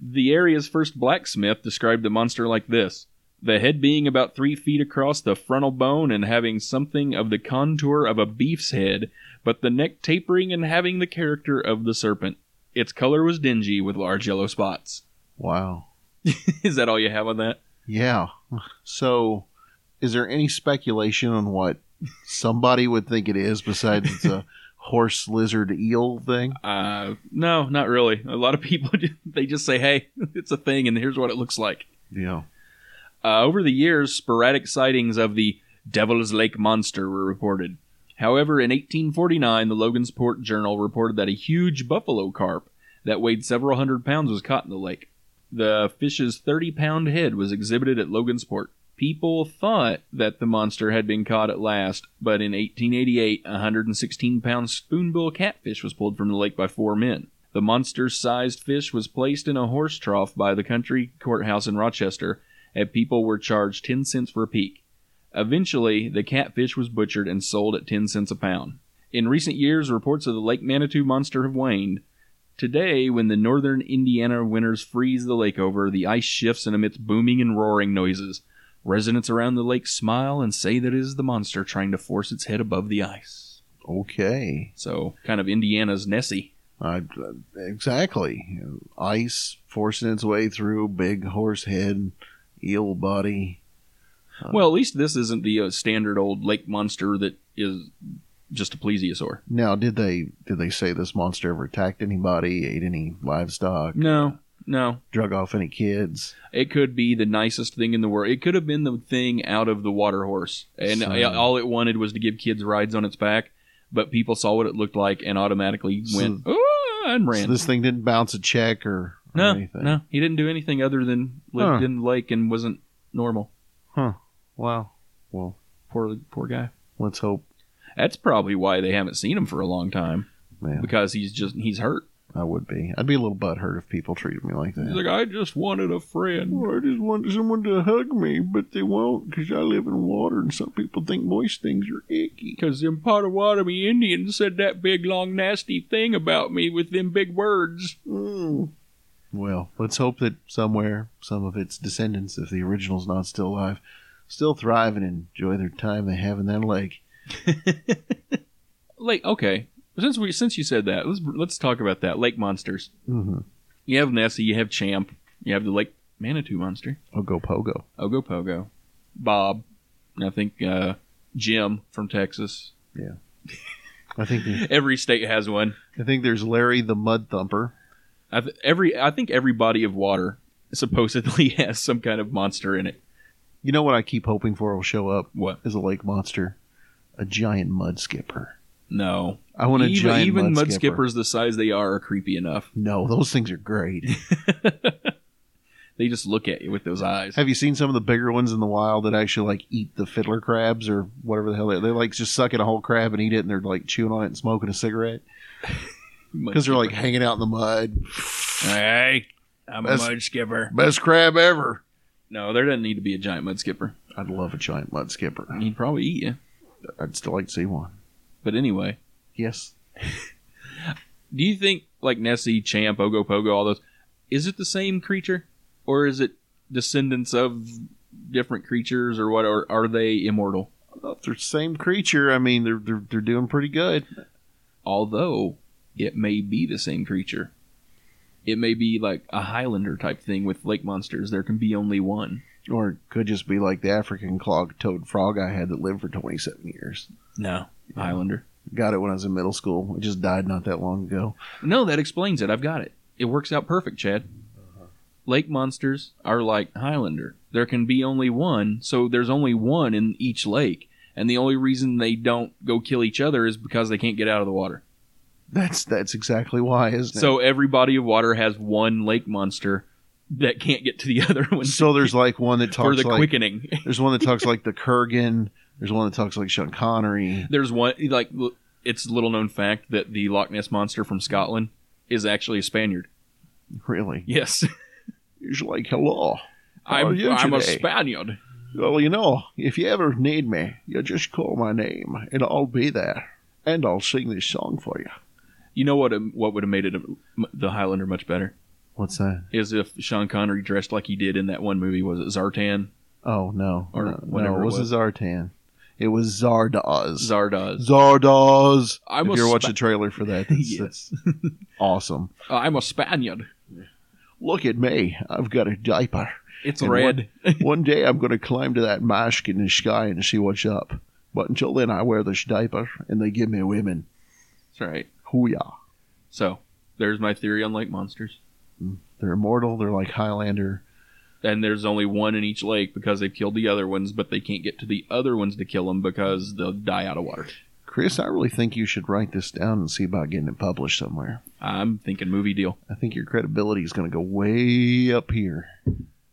[SPEAKER 8] The area's first blacksmith described the monster like this the head being about three feet across the frontal bone and having something of the contour of a beef's head, but the neck tapering and having the character of the serpent. Its color was dingy with large yellow spots. [LAUGHS]
[SPEAKER 5] wow.
[SPEAKER 8] Is that all you have on that?
[SPEAKER 5] Yeah. [LAUGHS] So, is there any speculation on what somebody would think it is besides
[SPEAKER 8] [LAUGHS]
[SPEAKER 5] it's a horse, lizard, eel thing?
[SPEAKER 8] Uh, no, not really. A lot of people [LAUGHS] they just say, "Hey, [LAUGHS] it's a thing, and here's what it looks like."
[SPEAKER 5] Yeah.
[SPEAKER 8] Uh, over the years, sporadic sightings of the Devil's Lake monster were reported. However, in 1849, the Logansport Journal reported that a huge buffalo carp that weighed several hundred pounds was caught in the lake. The fish's 30 pound head was exhibited at Logansport. People thought that the monster had been caught at last, but in 1888, a 116 pound spoonbill catfish was pulled from the lake by four men. The monster sized fish was placed in a horse trough by the county courthouse in Rochester, and people were charged 10 cents for a peak. Eventually, the catfish was butchered and sold at 10 cents a pound. In recent years, reports of the Lake Manitou monster have waned. Today, when the northern Indiana winters freeze the lake over, the ice shifts and emits booming and roaring noises. Residents around the lake smile and say that it is the monster trying to force its head above the ice.
[SPEAKER 5] Okay.
[SPEAKER 8] So, kind of Indiana's Nessie.
[SPEAKER 5] I, exactly. Ice forcing its way through big horse head, eel body.
[SPEAKER 8] well, at least this isn't the uh, standard old lake monster that is just a plesiosaur.
[SPEAKER 5] Now, did they did they say this monster ever attacked anybody, ate any livestock,
[SPEAKER 8] No, no.
[SPEAKER 5] drug off any kids?
[SPEAKER 8] It could be the nicest thing in the world. It could have been the thing out of the water horse, and
[SPEAKER 5] So-
[SPEAKER 8] uh, all it wanted was to give kids rides on its back. But people saw what it looked like and automatically
[SPEAKER 5] So-
[SPEAKER 8] went "Ooh," and
[SPEAKER 5] So
[SPEAKER 8] ran.
[SPEAKER 5] this thing didn't bounce a check or, or
[SPEAKER 8] no,
[SPEAKER 5] anything.
[SPEAKER 8] no, he didn't do anything other than lived
[SPEAKER 5] Huh.
[SPEAKER 8] in the lake and wasn't normal.
[SPEAKER 5] Wow. Well,
[SPEAKER 8] Poor, poor guy.
[SPEAKER 5] let's hope.
[SPEAKER 8] That's probably why they haven't seen him for a long time
[SPEAKER 5] Man,
[SPEAKER 8] because he's just he's hurt.
[SPEAKER 5] I would be. I'd be a little butthurt if people treated me like
[SPEAKER 8] He's
[SPEAKER 5] that.
[SPEAKER 8] like, I just wanted a friend.
[SPEAKER 5] I just want someone to hug me, but they won't because I live in water, and some people think moist things are icky.
[SPEAKER 8] Because them Potawatomi Indians said that big, long, nasty thing about me with them big words.
[SPEAKER 5] Hmm. Well, let's hope that somewhere, some of its descendants, if the original's not still alive, still thrive and enjoy their time they have in that lake.
[SPEAKER 8] Lake. Okay, since we since you said that, let's let's talk about that lake monsters.
[SPEAKER 5] Mm-hmm.
[SPEAKER 8] You have Nessie, you have Champ, you have the Lake Manitou monster,
[SPEAKER 5] I'll Oh, go pogo.
[SPEAKER 8] Ogopogo, Bob, and I think uh, Jim from Texas.
[SPEAKER 5] I think
[SPEAKER 8] Every state has one.
[SPEAKER 5] I think there's Larry the Mud Thumper.
[SPEAKER 8] I th- every I think every body of water supposedly [LAUGHS] has some kind of monster in it.
[SPEAKER 5] You know what I keep hoping for will show up
[SPEAKER 8] What?
[SPEAKER 5] is a lake monster, a giant mud skipper.
[SPEAKER 8] No.
[SPEAKER 5] I want a
[SPEAKER 8] even
[SPEAKER 5] giant
[SPEAKER 8] even
[SPEAKER 5] mud,
[SPEAKER 8] mud,
[SPEAKER 5] skipper.
[SPEAKER 8] skippers the size they are are creepy enough.
[SPEAKER 5] No, those things are
[SPEAKER 8] [LAUGHS]
[SPEAKER 5] great.
[SPEAKER 8] They just look at you with those eyes.
[SPEAKER 5] Have you seen some of the bigger ones in the wild that actually like eat the fiddler crabs or whatever the hell they, they like just sucking a whole crab and eat it and they're like chewing on it and smoking a cigarette
[SPEAKER 8] Mud
[SPEAKER 5] because they're like
[SPEAKER 8] skipper.
[SPEAKER 5] hanging out in the mud.
[SPEAKER 8] Hey, I'm a
[SPEAKER 5] That's-
[SPEAKER 8] mud skipper.
[SPEAKER 5] Best crab ever.
[SPEAKER 8] No, there doesn't need to be a giant mud skipper.
[SPEAKER 5] I'd love a giant mud skipper.
[SPEAKER 8] He'd probably eat you.
[SPEAKER 5] I'd still like to see one.
[SPEAKER 8] But anyway,
[SPEAKER 5] Yes.
[SPEAKER 8] do you think like Nessie, Champ, Ogopogo, all those, is it the same creature, or is it descendants of different creatures, or what? Or are they immortal?
[SPEAKER 5] If they're the same creature, I mean they're they're, they're doing pretty good.
[SPEAKER 8] Although it may be the same creature, it may be like a Highlander type thing with lake monsters. There can be only one.
[SPEAKER 5] Or it could just be like the African clog-toed frog I had that lived for 27 years.
[SPEAKER 8] No, Highlander.
[SPEAKER 5] Got it when I was in middle school. It just died not that long ago.
[SPEAKER 8] No, that explains it. I've got it. It works out perfect, Chad.
[SPEAKER 5] Uh-huh.
[SPEAKER 8] Lake monsters are like Highlander. There can be only one, so there's only one in each lake. And the only reason they don't go kill each other is because they can't get out of the water.
[SPEAKER 5] That's that's exactly why, isn't it?
[SPEAKER 8] So every body of water has one lake monster that can't get to the [LAUGHS] other one
[SPEAKER 5] so there's like one [LAUGHS] that
[SPEAKER 8] for
[SPEAKER 5] talks
[SPEAKER 8] the
[SPEAKER 5] like
[SPEAKER 8] quickening. [LAUGHS]
[SPEAKER 5] there's one that talks like the Kurgan. There's one that talks like Sean Connery.
[SPEAKER 8] There's one like l- it's little known fact that the Loch Ness monster from Scotland is actually a Spaniard.
[SPEAKER 5] Really,
[SPEAKER 8] Yes,
[SPEAKER 5] he's like hello. How are
[SPEAKER 8] [LAUGHS] I'm,
[SPEAKER 5] Oh, you
[SPEAKER 8] I'm a
[SPEAKER 5] today?
[SPEAKER 8] Spaniard.
[SPEAKER 5] Well, you know, if you ever need me, you just call my name and I'll be there, and I'll sing this song for you.
[SPEAKER 8] You know what? um, What would have made it a, the Highlander much better
[SPEAKER 5] What's that?
[SPEAKER 8] is if Sean Connery dressed like he did in that one movie. Was it Zartan?
[SPEAKER 5] Oh no,
[SPEAKER 8] Or
[SPEAKER 5] no,
[SPEAKER 8] whatever
[SPEAKER 5] no,
[SPEAKER 8] it
[SPEAKER 5] it was,
[SPEAKER 8] was.
[SPEAKER 5] a Zartan. It was Zardoz.
[SPEAKER 8] Zardoz.
[SPEAKER 5] Zardoz.
[SPEAKER 8] I'm
[SPEAKER 5] if
[SPEAKER 8] a
[SPEAKER 5] you're
[SPEAKER 8] spa-
[SPEAKER 5] watching the trailer for [LAUGHS] that, that's,
[SPEAKER 8] Yes.
[SPEAKER 5] that's awesome.
[SPEAKER 8] Uh, I'm a Spaniard.
[SPEAKER 5] Look at me. I've got a diaper. [LAUGHS]
[SPEAKER 8] It's
[SPEAKER 5] And
[SPEAKER 8] red.
[SPEAKER 5] One, one day I'm going to climb to that mask in the sky and see what's up. But until then, I wear this diaper and they give me women.
[SPEAKER 8] That's right.
[SPEAKER 5] Hooyah.
[SPEAKER 8] So there's my theory on lake monsters.
[SPEAKER 5] They're immortal. They're like Highlander.
[SPEAKER 8] And there's only one in each lake because they've killed the other ones, but they can't get to the other ones to kill them because they'll die out of water.
[SPEAKER 5] Chris, I really think you should write this down and see about getting it published somewhere.
[SPEAKER 8] I'm thinking movie deal.
[SPEAKER 5] I think your credibility is going to go way up here.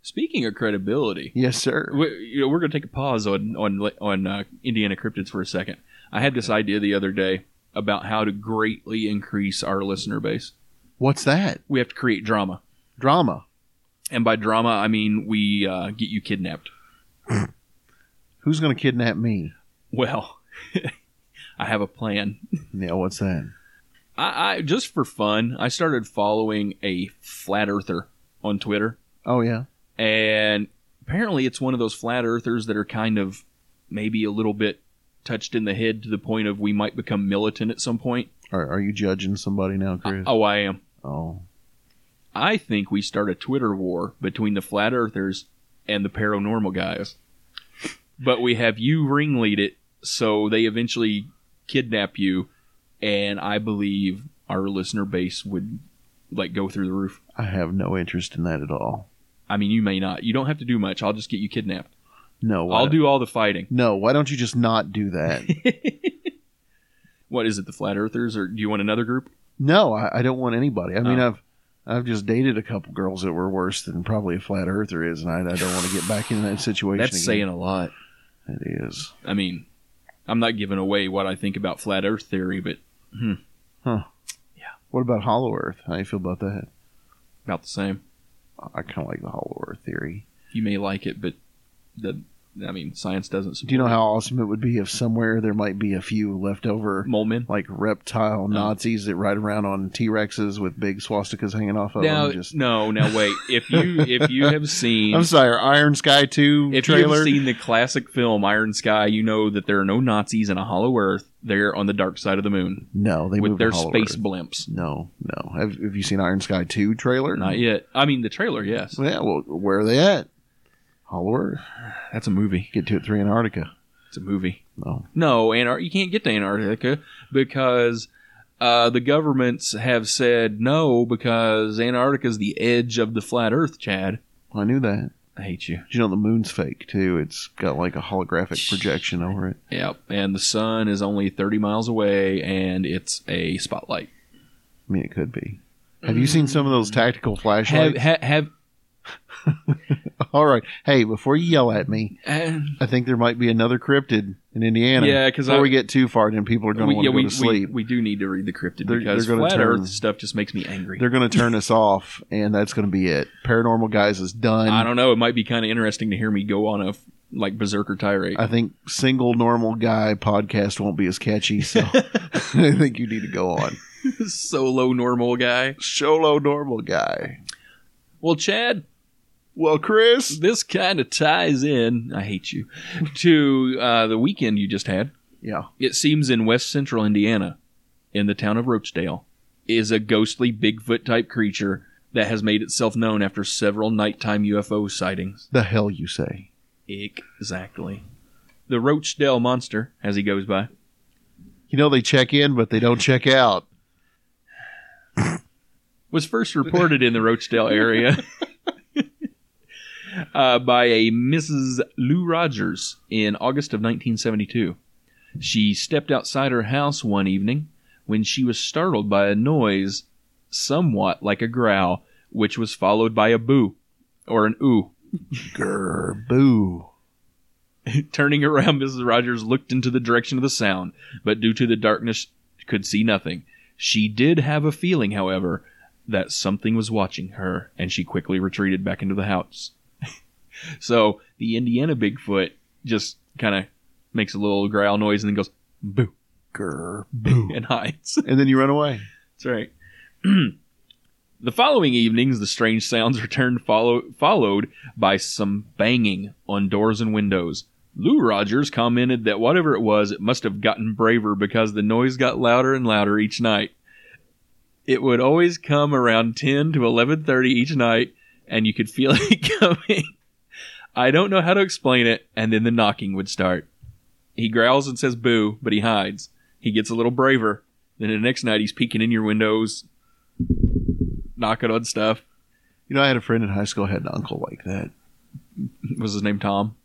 [SPEAKER 8] Speaking of credibility,
[SPEAKER 5] Yes, sir.
[SPEAKER 8] we, you know, we're going to take a pause on on on uh, Indiana cryptids for a second. I had this idea the other day about how to greatly increase our listener base.
[SPEAKER 5] What's that?
[SPEAKER 8] We have to create drama,
[SPEAKER 5] Drama.
[SPEAKER 8] and by drama, I mean we uh, get you kidnapped.
[SPEAKER 5] Who's going to kidnap me?
[SPEAKER 8] Well, [LAUGHS] I have a plan.
[SPEAKER 5] Yeah, what's that?
[SPEAKER 8] I, I just for fun, I started following a flat earther on Twitter,
[SPEAKER 5] Oh, yeah.
[SPEAKER 8] and apparently, it's one of those flat earthers that are kind of maybe a little bit touched in the head to the point of we might become militant at some point.
[SPEAKER 5] Are, are you judging somebody now, Chris?
[SPEAKER 8] Oh, I am.
[SPEAKER 5] oh.
[SPEAKER 8] I think we start a Twitter war between the flat earthers and the paranormal guys. But we have you ringlead it, so they eventually kidnap you, and I believe our listener base would like go through the roof.
[SPEAKER 5] I have no interest in that at all.
[SPEAKER 8] I mean, you may not. You don't have to do much. I'll just get you kidnapped.
[SPEAKER 5] No, why
[SPEAKER 8] I'll
[SPEAKER 5] don't-
[SPEAKER 8] do all the fighting.
[SPEAKER 5] No, why don't you just not do
[SPEAKER 8] [LAUGHS]
[SPEAKER 5] that?
[SPEAKER 8] What is it, the flat earthers, or do you want another group?
[SPEAKER 5] no, I, I don't want anybody. I mean,
[SPEAKER 8] Oh.
[SPEAKER 5] I've I've just dated a couple girls that were worse than probably a flat earther is, and I, I don't want to get back into that situation.
[SPEAKER 8] That's saying
[SPEAKER 5] again.
[SPEAKER 8] a lot.
[SPEAKER 5] it is.
[SPEAKER 8] I mean, I'm not giving away what I think about flat earth theory, but
[SPEAKER 5] What about Hollow Earth? How do you feel about that?
[SPEAKER 8] about the same.
[SPEAKER 5] I kind of like the Hollow Earth theory.
[SPEAKER 8] you may like it, but the I mean, science doesn't. Support
[SPEAKER 5] Do you know
[SPEAKER 8] it.
[SPEAKER 5] how awesome it would be if somewhere there might be a few leftover
[SPEAKER 8] mole men?
[SPEAKER 5] like reptile Nazis that ride around on T Rexes with big swastikas hanging off of
[SPEAKER 8] Now,
[SPEAKER 5] them? Just
[SPEAKER 8] no, now wait.
[SPEAKER 5] [LAUGHS]
[SPEAKER 8] If you if you have seen
[SPEAKER 5] I'm sorry, Iron Sky Two
[SPEAKER 8] if you
[SPEAKER 5] trailer.
[SPEAKER 8] have seen the classic film Iron Sky, you know that there are no Nazis in a hollow Earth. They're on the dark side of the moon
[SPEAKER 5] no, they
[SPEAKER 8] with
[SPEAKER 5] moved to
[SPEAKER 8] their
[SPEAKER 5] Hollow
[SPEAKER 8] space
[SPEAKER 5] Earth.
[SPEAKER 8] blimps.
[SPEAKER 5] No, no. Have, have you seen Iron Sky 2 trailer?
[SPEAKER 8] Not yet. I mean, the trailer. Yes,
[SPEAKER 5] Yeah, well, where are they at? Hollow Earth.
[SPEAKER 8] that's a movie.
[SPEAKER 5] Get to it three Antarctica.
[SPEAKER 8] It's a movie.
[SPEAKER 5] No.
[SPEAKER 8] No, Antar- you can't get to Antarctica because uh, the governments have said no because Antarctica's the edge of the flat Earth, Chad.
[SPEAKER 5] I knew that.
[SPEAKER 8] I hate you.
[SPEAKER 5] Did you know the moon's fake too? It's got like a holographic projection over it.
[SPEAKER 8] Yep. And the sun is only 30 miles away and it's a spotlight.
[SPEAKER 5] I mean, it could be. Have you seen some of
[SPEAKER 8] Mm.
[SPEAKER 5] those tactical
[SPEAKER 8] Have,
[SPEAKER 5] flashlights?
[SPEAKER 8] ha, have,
[SPEAKER 5] [LAUGHS] All right. Hey, before you yell at me,
[SPEAKER 8] uh,
[SPEAKER 5] I think there might be another cryptid in Indiana.
[SPEAKER 8] Yeah, 'cause
[SPEAKER 5] before
[SPEAKER 8] I-
[SPEAKER 5] we get too far, then people are going to
[SPEAKER 8] we,
[SPEAKER 5] want
[SPEAKER 8] yeah,
[SPEAKER 5] to go
[SPEAKER 8] we,
[SPEAKER 5] to
[SPEAKER 8] we,
[SPEAKER 5] sleep.
[SPEAKER 8] we do need to read the cryptid
[SPEAKER 5] They're-
[SPEAKER 8] because
[SPEAKER 5] they're gonna
[SPEAKER 8] flat
[SPEAKER 5] turn-
[SPEAKER 8] earth stuff just makes me angry.
[SPEAKER 5] They're going to turn us off, and that's going to be it. Paranormal guys is done.
[SPEAKER 8] I don't know. It might be kind of interesting to hear me go on a like berserker tirade.
[SPEAKER 5] I think single normal guy podcast won't be as
[SPEAKER 8] [LAUGHS]
[SPEAKER 5] catchy, so [LAUGHS] I think you need to go on.
[SPEAKER 8] [LAUGHS] Solo normal guy.
[SPEAKER 5] Solo normal guy.
[SPEAKER 8] Well, Chad,
[SPEAKER 5] Well, Chris.
[SPEAKER 8] this kind of ties in. I hate you to uh, the weekend you just had.
[SPEAKER 5] Yeah.
[SPEAKER 8] It seems in west central Indiana, in the town of Roachdale, is a ghostly Bigfoot type creature that has made itself known after several nighttime UFO sightings.
[SPEAKER 5] The hell you say.
[SPEAKER 8] Exactly. The Roachdale monster, as he goes by.
[SPEAKER 5] You know, they check in, but they don't check out.
[SPEAKER 8] was first reported in the Roachdale area uh, by a Mrs. Lou Rogers in August of 1972. She stepped outside her house one evening when she was startled by a noise somewhat like a growl, which was followed by a boo or an ooh.
[SPEAKER 5] Grr, boo.
[SPEAKER 8] Turning [LAUGHS] around, Mrs. Rogers looked into the direction of the sound, but due to the darkness, could see nothing. She did have a feeling, however, that something was watching her, and she quickly retreated back into the house. [LAUGHS] so the Indiana Bigfoot just kind of makes a little growl noise and then goes boo
[SPEAKER 5] Grr, [LAUGHS] boo.
[SPEAKER 8] and hides.
[SPEAKER 5] and then you run away.
[SPEAKER 8] That's right. [CLEARS THROAT] the following evenings, the strange sounds [LAUGHS] returned, follow, followed by some banging on doors and windows. Lou Rogers commented that whatever it was, it must have gotten braver because the noise got louder and louder each night. It would always come around 10 to 11:30 each night and you could feel [LAUGHS] it coming. I don't know how to explain it and then the knocking would start. He growls and says boo, but he hides. He gets a little braver then the next night he's peeking in your windows, knocking on stuff. [LAUGHS]
[SPEAKER 5] You know, I had a friend in high school had an uncle like that.
[SPEAKER 8] Was his name Tom?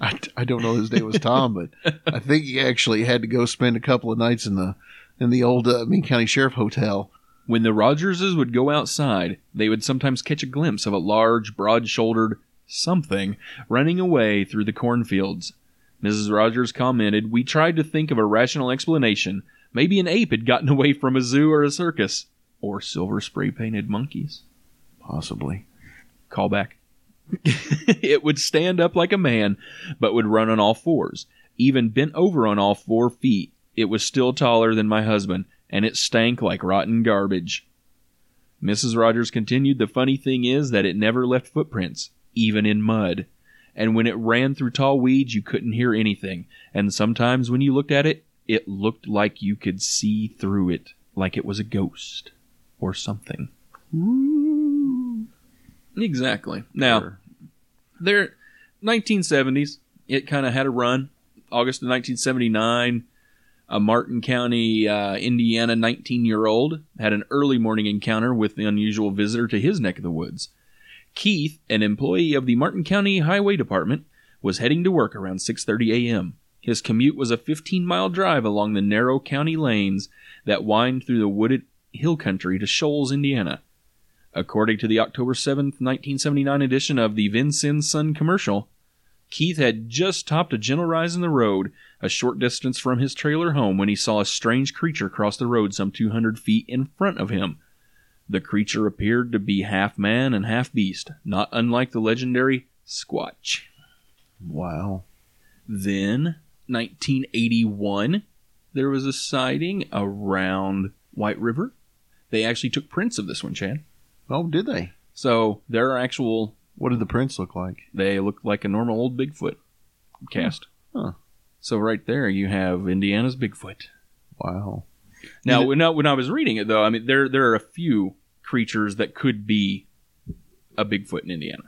[SPEAKER 5] I, I don't know his name was Tom, but I think he actually had to go spend a couple of nights in the in the old uh, Mean County Sheriff Hotel.
[SPEAKER 8] When the Rogerses would go outside, they would sometimes catch a glimpse of a large, broad shouldered something running away through the cornfields. Mrs. Rogers commented, We tried to think of a rational explanation. Maybe an ape had gotten away from a zoo or a circus. Or silver spray painted monkeys.
[SPEAKER 5] Possibly.
[SPEAKER 8] Call back. [LAUGHS] it would stand up like a man, but would run on all fours. Even bent over on all four feet, it was still taller than my husband, and it stank like rotten garbage. Mrs. Rogers continued The funny thing is that it never left footprints, even in mud. And when it ran through tall weeds, you couldn't hear anything. And sometimes when you looked at it, it looked like you could see through it, like it was a ghost or something. Exactly. Now, they're 1970s. It kind of had a run. August of 1979, a Martin County, uh, Indiana 19 year old had an early morning encounter with the unusual visitor to his neck of the woods. Keith, an employee of the Martin County Highway Department, was heading to work around 6:30 a.m. His commute was a 15-mile drive along the narrow county lanes that wind through the wooded hill country to Shoals, Indiana. According to the October 7th, 1979 edition of the Vincennes Sun commercial, Keith had just topped a gentle rise in the road a short distance from his trailer home when he saw a strange creature cross the road some 200 feet in front of him. The creature appeared to be half man and half beast, not unlike the legendary Squatch.
[SPEAKER 5] Wow.
[SPEAKER 8] Then, 1981, there was a sighting around White River. They actually took prints of this one, Chad.
[SPEAKER 5] Oh, did they?
[SPEAKER 8] So there are actual
[SPEAKER 5] What did the prints look like?
[SPEAKER 8] They look like a normal old Bigfoot cast.
[SPEAKER 5] Huh.
[SPEAKER 8] So right there, you have Indiana's Bigfoot.
[SPEAKER 5] Wow.
[SPEAKER 8] Now, when I, when I was reading it, though, I mean there there are a few creatures that could be a Bigfoot in Indiana.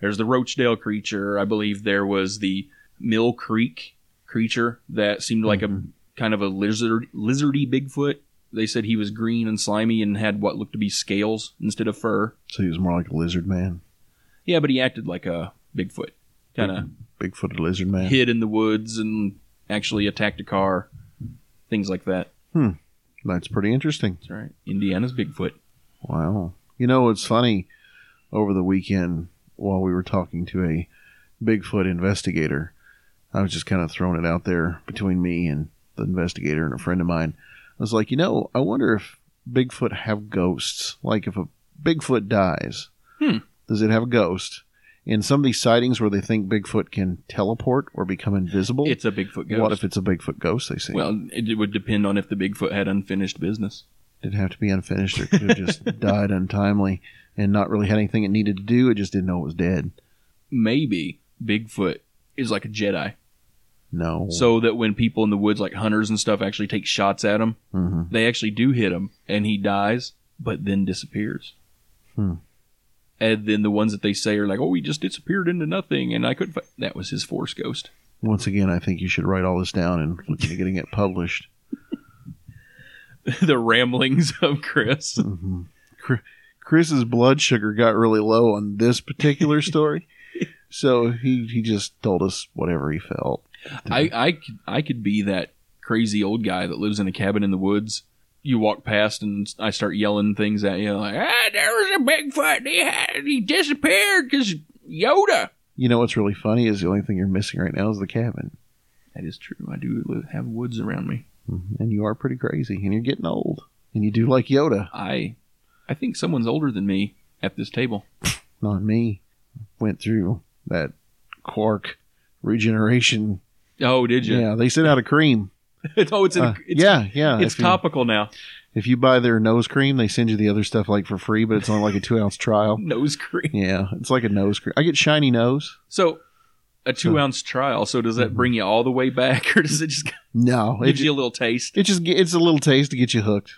[SPEAKER 8] There's the Roachdale creature. I believe there was the Mill Creek creature that seemed like a kind of a lizard lizardy Bigfoot. They said he was green and slimy and had what looked to be scales instead of fur.
[SPEAKER 5] So he was more like a lizard man.
[SPEAKER 8] Yeah, but he acted like a Bigfoot, kind of
[SPEAKER 5] Bigfooted lizard man.
[SPEAKER 8] hid in the woods and actually attacked a car, things like that.
[SPEAKER 5] That's pretty interesting.
[SPEAKER 8] That's right. Indiana's Bigfoot.
[SPEAKER 5] Wow. You know, it's funny. Over the weekend, while we were talking to a Bigfoot investigator, I was just kind of throwing it out there between me and the investigator and a friend of mine. I was like, you know, I wonder if Bigfoot have ghosts. Like, if a Bigfoot dies,
[SPEAKER 8] Hmm.
[SPEAKER 5] does it have a ghost? In some of these sightings where they think Bigfoot can teleport or become invisible,
[SPEAKER 8] It's a Bigfoot ghost.
[SPEAKER 5] what if it's a Bigfoot ghost? They say.
[SPEAKER 8] well, it would depend on if the Bigfoot had unfinished business.
[SPEAKER 5] Did it have to be unfinished or could have just died untimely and not really had anything it needed to do. It just didn't know it was dead.
[SPEAKER 8] Maybe Bigfoot is like a Jedi,
[SPEAKER 5] No.
[SPEAKER 8] so that when people in the woods, like hunters and stuff, actually take shots at him,
[SPEAKER 5] Mhm.
[SPEAKER 8] they actually do hit him, and he dies, but then disappears.
[SPEAKER 5] Hmm.
[SPEAKER 8] And then the ones that they say are like, "Oh, he just disappeared into nothing," and I couldn't. Fi-. That was his force ghost. [LAUGHS]
[SPEAKER 5] Once again, I think you should write all this down and look into getting it published.
[SPEAKER 8] the ramblings of Chris.
[SPEAKER 5] Mm-hmm. Chris's blood sugar got really low on this particular story. so he, he just told us whatever he felt.
[SPEAKER 8] I, I, could- I could be that crazy old guy that lives in a cabin in the woods. You walk past and I start yelling things at you like, ah, there was a Bigfoot. and He, had, he disappeared because Yoda.
[SPEAKER 5] You know what's really funny is the only thing you're missing right now is the cabin.
[SPEAKER 8] That is true. I do live, have woods around me.
[SPEAKER 5] Mm-hmm. And you are pretty crazy and you're getting old. And you do like Yoda,
[SPEAKER 8] I, I think someone's older than me at this table.
[SPEAKER 5] not me. Went through that quark regeneration
[SPEAKER 8] Oh, did you?
[SPEAKER 5] Yeah, they sent out a cream.
[SPEAKER 8] [LAUGHS] oh, it's, in,
[SPEAKER 5] Uh,
[SPEAKER 8] it's
[SPEAKER 5] yeah, yeah.
[SPEAKER 8] It's
[SPEAKER 5] if you-
[SPEAKER 8] topical now. [LAUGHS]
[SPEAKER 5] If you buy their nose cream, they send you the other stuff like for free, but it's on like a two ounce trial.
[SPEAKER 8] Nose cream.
[SPEAKER 5] Yeah, it's like a nose cream. I get shiny nose.
[SPEAKER 8] So, a two ounce trial. So does that bring you all the way back, [LAUGHS] or does it just
[SPEAKER 5] No, Mm-hmm. it
[SPEAKER 8] give you
[SPEAKER 5] just,
[SPEAKER 8] a little taste?
[SPEAKER 5] it just ge- it's a little taste to get you
[SPEAKER 8] [LAUGHS]
[SPEAKER 5] hooked.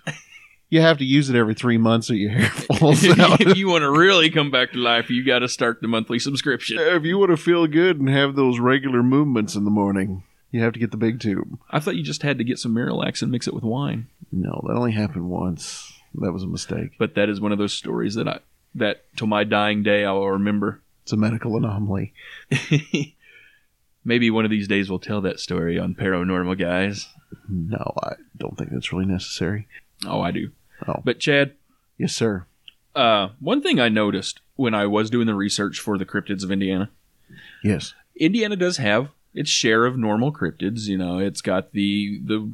[SPEAKER 5] You have to use it every three months or your hair falls [LAUGHS] out.
[SPEAKER 8] if [LAUGHS] you want to really come back to life, you got to start the monthly subscription.
[SPEAKER 5] if you want to feel good and have those regular movements in the morning, you have to get the big tube.
[SPEAKER 8] I thought you just had to get some Miralax and mix it with wine,
[SPEAKER 5] No, that only happened once. That was a mistake.
[SPEAKER 8] but that is one of those stories that I that till my dying day I will remember.
[SPEAKER 5] It's a medical anomaly.
[SPEAKER 8] Maybe one of these days we'll tell that story on Paranormal Guys.
[SPEAKER 5] No, I don't think that's really necessary.
[SPEAKER 8] Oh, I do.
[SPEAKER 5] Oh.
[SPEAKER 8] But Chad,
[SPEAKER 5] Yes, sir.
[SPEAKER 8] uh, one thing I noticed when I was doing the research for the cryptids of Indiana,
[SPEAKER 5] Yes.
[SPEAKER 8] Indiana does have its share of normal cryptids. You know, it's got the the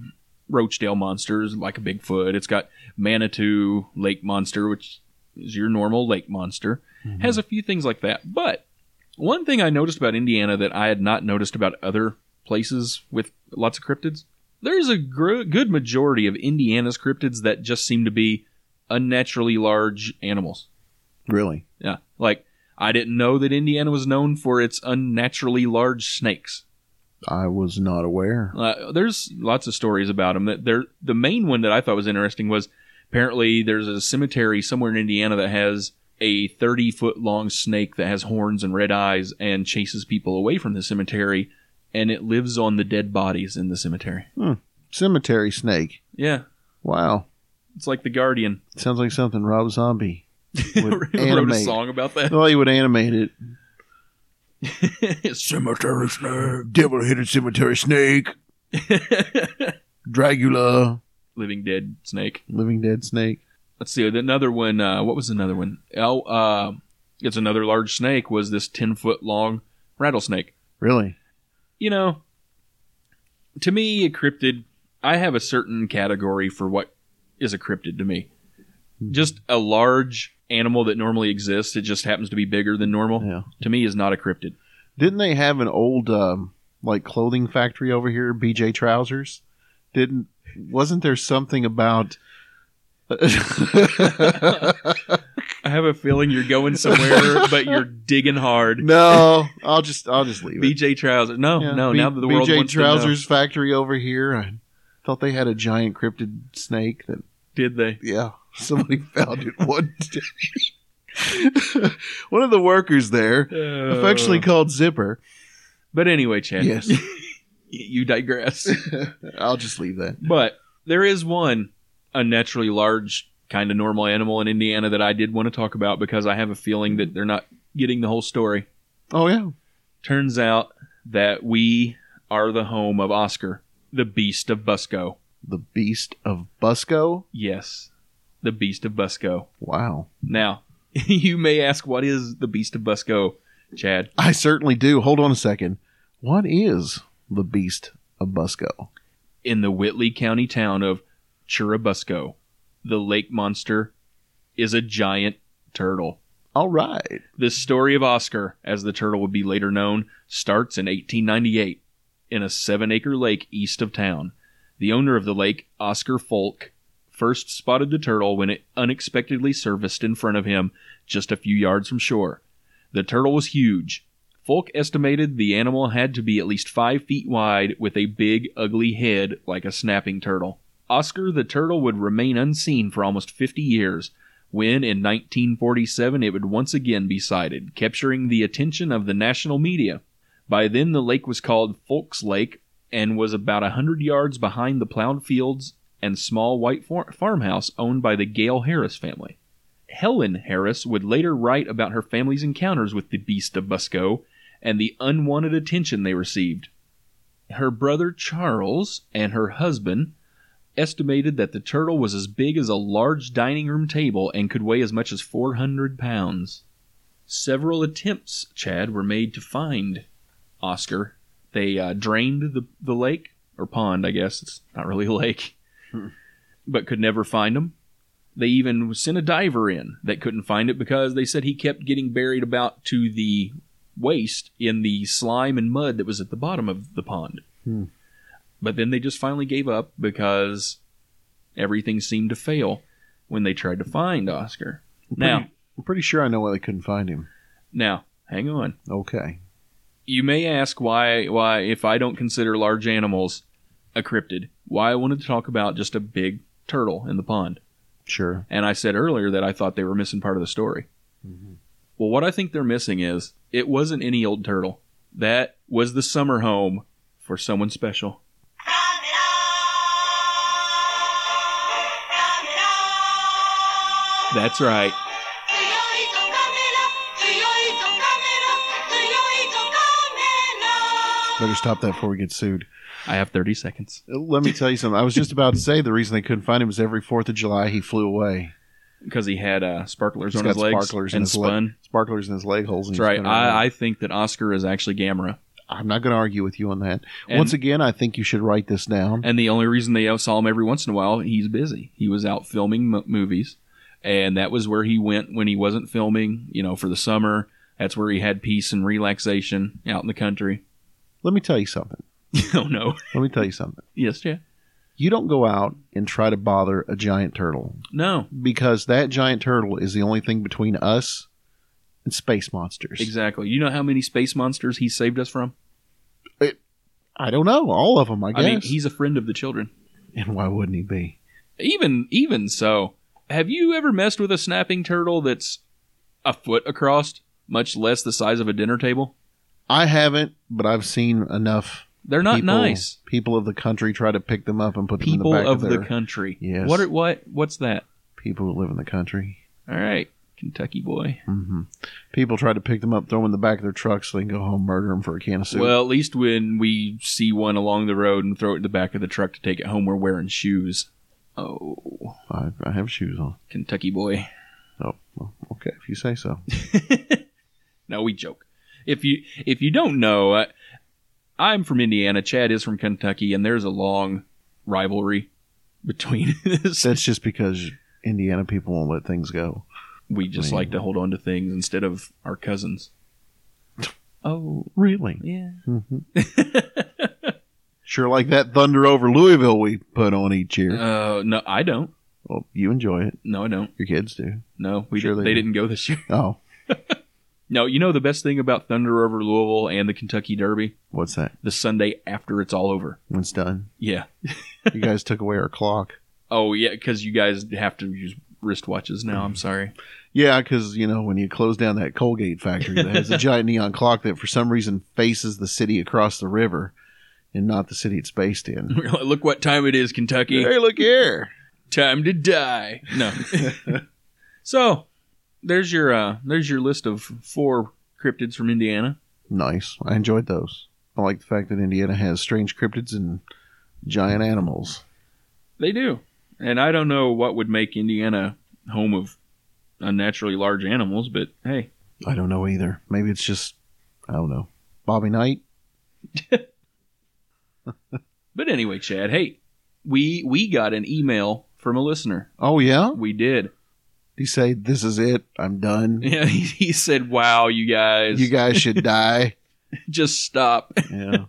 [SPEAKER 8] Roachdale monsters like a Bigfoot. It's got Manitou Lake Monster, which is your normal lake monster.
[SPEAKER 5] Mm-hmm.
[SPEAKER 8] Has a few things like that. But one thing I noticed about Indiana that I had not noticed about other places with lots of cryptids, there's a gr- good majority of Indiana's cryptids that just seem to be unnaturally large animals.
[SPEAKER 5] Really?
[SPEAKER 8] Yeah. Like, I didn't know that Indiana was known for its unnaturally large snakes.
[SPEAKER 5] I was not aware.
[SPEAKER 8] Uh, there's lots of stories about them. That there, the main one that I thought was interesting was apparently there's a cemetery somewhere in Indiana that has a 30 foot long snake that has horns and red eyes and chases people away from the cemetery, and it lives on the dead bodies in the cemetery.
[SPEAKER 5] Cemetery snake.
[SPEAKER 8] Yeah,
[SPEAKER 5] Wow.
[SPEAKER 8] it's like the Guardian [LAUGHS]
[SPEAKER 5] Sounds like something Rob Zombie would
[SPEAKER 8] wrote a
[SPEAKER 5] animate.
[SPEAKER 8] song about that. [LAUGHS]
[SPEAKER 5] Well, he would animate it.
[SPEAKER 8] cemetery snake,
[SPEAKER 5] Devil headed cemetery snake. Dracula.
[SPEAKER 8] [LAUGHS] living dead snake.
[SPEAKER 5] Living dead snake.
[SPEAKER 8] let's see another one uh, what was another one oh uh, it's another large snake was this 10 foot long rattlesnake
[SPEAKER 5] Really?
[SPEAKER 8] you know to me a cryptid i have a certain category for what is a cryptid to me just a large animal that normally exists it just happens to be bigger than normal
[SPEAKER 5] Yeah.
[SPEAKER 8] to me is not a cryptid
[SPEAKER 5] Didn't they have an old um, like clothing factory over here, BJ Trousers? Didn't wasn't there something about [LAUGHS]
[SPEAKER 8] i have a feeling you're [LAUGHS] going somewhere but you're digging hard
[SPEAKER 5] No, I'll just I'll just leave it.
[SPEAKER 8] bj trousers no
[SPEAKER 5] Yeah,
[SPEAKER 8] oh, no
[SPEAKER 5] B-
[SPEAKER 8] now that the world
[SPEAKER 5] BJ
[SPEAKER 8] wants
[SPEAKER 5] Trousers factory over here. I thought they had a giant cryptid snake that
[SPEAKER 8] to know, did they
[SPEAKER 5] Yeah, [LAUGHS] somebody found it one day. [LAUGHS] one of the workers there,
[SPEAKER 8] Uh.
[SPEAKER 5] affectionately called Zipper.
[SPEAKER 8] but anyway chad
[SPEAKER 5] Yes,
[SPEAKER 8] [LAUGHS] you digress
[SPEAKER 5] I'll just leave that.
[SPEAKER 8] But there is one unnaturally large kind of normal animal in Indiana that I did want to talk about because I have a feeling that they're not getting the whole story.
[SPEAKER 5] Oh yeah.
[SPEAKER 8] Turns out that we are the home of Oscar, the Beast of Busco.
[SPEAKER 5] The Beast of Busco.
[SPEAKER 8] Yes, the Beast of Busco.
[SPEAKER 5] Wow.
[SPEAKER 8] Now, [LAUGHS] you may ask, what is the Beast of Busco, Chad?
[SPEAKER 5] I certainly do. Hold on a second. What is the Beast of Busco?
[SPEAKER 8] In the Whitley County town of Churubusco, the lake monster is a giant turtle.
[SPEAKER 5] All right.
[SPEAKER 8] The story of Oscar, as the turtle would be later known, starts in 1898 in a seven acre lake east of town. The owner of the lake, Oscar Folk, first spotted the turtle when it unexpectedly surfaced in front of him just a few yards from shore. The turtle was huge. Folk estimated the animal had to be at least five feet wide with a big, ugly head like a snapping turtle. Oscar the turtle would remain unseen for almost 50 years, when in 1947 it would once again be sighted, capturing the attention of the national media. By then, the lake was called Folks Lake and was about a 100 yards behind the plowed fields and small white far- farmhouse owned by the Gale Harris family. Helen Harris would later write about her family's encounters with the beast of Busco and the unwanted attention they received. Her brother Charles and her husband estimated that the turtle was as big as a large dining room table and could weigh as much as 400 pounds. Several attempts, Chad, were made to find Oscar. They uh, drained the, the lake, or pond, I guess. It's not really a lake, but could never find him. They even sent a diver in that couldn't find it because they said he kept getting buried about to the waist in the slime and mud that was at the bottom of the pond. But then they just finally gave up because everything seemed to fail when they tried to find Oscar. Now,
[SPEAKER 5] I'm pretty sure I know why they couldn't find him.
[SPEAKER 8] now, hang on.
[SPEAKER 5] Okay.
[SPEAKER 8] You may ask why why if I don't consider large animals a cryptid, why I wanted to talk about just a big turtle in the pond.
[SPEAKER 5] Sure.
[SPEAKER 8] And I said earlier that I thought they were missing part of the story. Well, what I think they're missing is it wasn't any old turtle. That was the summer home for someone special. That's right.
[SPEAKER 5] Better stop that before we get sued.
[SPEAKER 8] I have 30 seconds.
[SPEAKER 5] Let me tell you something. I was just about to say the reason they couldn't find him is every 4th of July he flew away.
[SPEAKER 8] Because he had uh, sparklers
[SPEAKER 5] He's
[SPEAKER 8] on
[SPEAKER 5] got
[SPEAKER 8] his legs
[SPEAKER 5] sparklers in
[SPEAKER 8] and
[SPEAKER 5] his leg-
[SPEAKER 8] spun.
[SPEAKER 5] Sparklers in his leg holes. And
[SPEAKER 8] That's
[SPEAKER 5] he
[SPEAKER 8] right.
[SPEAKER 5] spun around.
[SPEAKER 8] I, I think that Oscar is actually Gamera.
[SPEAKER 5] I'm not going to argue with you on that.
[SPEAKER 8] And-
[SPEAKER 5] Once again, I think you should write this down.
[SPEAKER 8] And the only reason they saw him every once in a while, he's busy. He was out filming m- movies, and that was where he went when he wasn't filming. You know, for the summer, that's where he had peace and relaxation out in the country. [LAUGHS]
[SPEAKER 5] Let me tell you something.
[SPEAKER 8] oh no,
[SPEAKER 5] Let me tell you something.
[SPEAKER 8] yes, yeah,
[SPEAKER 5] You don't go out and try to bother a giant turtle
[SPEAKER 8] no,
[SPEAKER 5] because that giant turtle is the only thing between us and space monsters.
[SPEAKER 8] exactly. You know how many space monsters he saved us from?
[SPEAKER 5] I don't know. All of them, I
[SPEAKER 8] I
[SPEAKER 5] guess.
[SPEAKER 8] mean, he's a friend of the children.
[SPEAKER 5] and why wouldn't he be?
[SPEAKER 8] Even even so, have you ever messed with a snapping turtle that's a foot across, much less the size of a dinner table?
[SPEAKER 5] I haven't, but I've seen enough.
[SPEAKER 8] They're not
[SPEAKER 5] people,
[SPEAKER 8] nice.
[SPEAKER 5] People of the country try to pick them up and put
[SPEAKER 8] People
[SPEAKER 5] them in the back
[SPEAKER 8] of
[SPEAKER 5] of, their
[SPEAKER 8] the country.
[SPEAKER 5] Yes.
[SPEAKER 8] What? Are, what? What's that?
[SPEAKER 5] people who live in the country. Mm-hmm.
[SPEAKER 8] All right, Kentucky boy.
[SPEAKER 5] People try to pick them up, throw them in the back of their trucks, so they can go home, murder them for a can of soup.
[SPEAKER 8] Well, at least when we see one along the road and throw it in the back of the truck to take it home, we're wearing shoes. Oh,
[SPEAKER 5] I, I have shoes on.
[SPEAKER 8] Kentucky boy.
[SPEAKER 5] Oh, well, okay, if you say so.
[SPEAKER 8] No, we joke. If you if you don't know, I, I'm from Indiana. Chad is from Kentucky, and there's a long rivalry between [LAUGHS] us.
[SPEAKER 5] That's just because Indiana people won't let things go.
[SPEAKER 8] We just like to hold on to things instead of our cousins. Oh
[SPEAKER 5] Really? Mm-hmm.
[SPEAKER 8] yeah. [LAUGHS]
[SPEAKER 5] Sure, like that thunder over Louisville we put on each year.
[SPEAKER 8] Uh, no, I don't.
[SPEAKER 5] well, you enjoy it.
[SPEAKER 8] No, I don't.
[SPEAKER 5] Your kids do.
[SPEAKER 8] No, we
[SPEAKER 5] Sure
[SPEAKER 8] did,
[SPEAKER 5] they
[SPEAKER 8] they
[SPEAKER 5] do.
[SPEAKER 8] didn't go this [LAUGHS] year.
[SPEAKER 5] Oh,
[SPEAKER 8] No, you know the best thing about Thunder over Louisville and the Kentucky Derby?
[SPEAKER 5] what's that?
[SPEAKER 8] The Sunday after it's all over.
[SPEAKER 5] When it's done.
[SPEAKER 8] Yeah.
[SPEAKER 5] You guys took away our clock.
[SPEAKER 8] Oh, yeah, because you guys have to use wristwatches now. I'm sorry.
[SPEAKER 5] Yeah, because, you know, when you close down that Colgate factory that has a giant neon clock that for some reason faces the city across the river and not the city it's based in.
[SPEAKER 8] [LAUGHS] Look what time it is, Kentucky.
[SPEAKER 5] hey, look here.
[SPEAKER 8] [LAUGHS] Time to die. No. so, there's your uh, there's your list of four cryptids from Indiana.
[SPEAKER 5] Nice. I enjoyed those. I like the fact that Indiana has strange cryptids and giant animals.
[SPEAKER 8] They do, and I don't know what would make Indiana home of unnaturally large animals, but hey,
[SPEAKER 5] I don't know either. Maybe it's just I don't know. Bobby Knight.
[SPEAKER 8] but anyway, Chad, hey, we we got an email from a listener.
[SPEAKER 5] Oh yeah.
[SPEAKER 8] We did. [LAUGHS]
[SPEAKER 5] He say this is it. I'm done.
[SPEAKER 8] Yeah, he, he said, "Wow, you guys,
[SPEAKER 5] You guys should die.
[SPEAKER 8] just stop."
[SPEAKER 5] Yeah.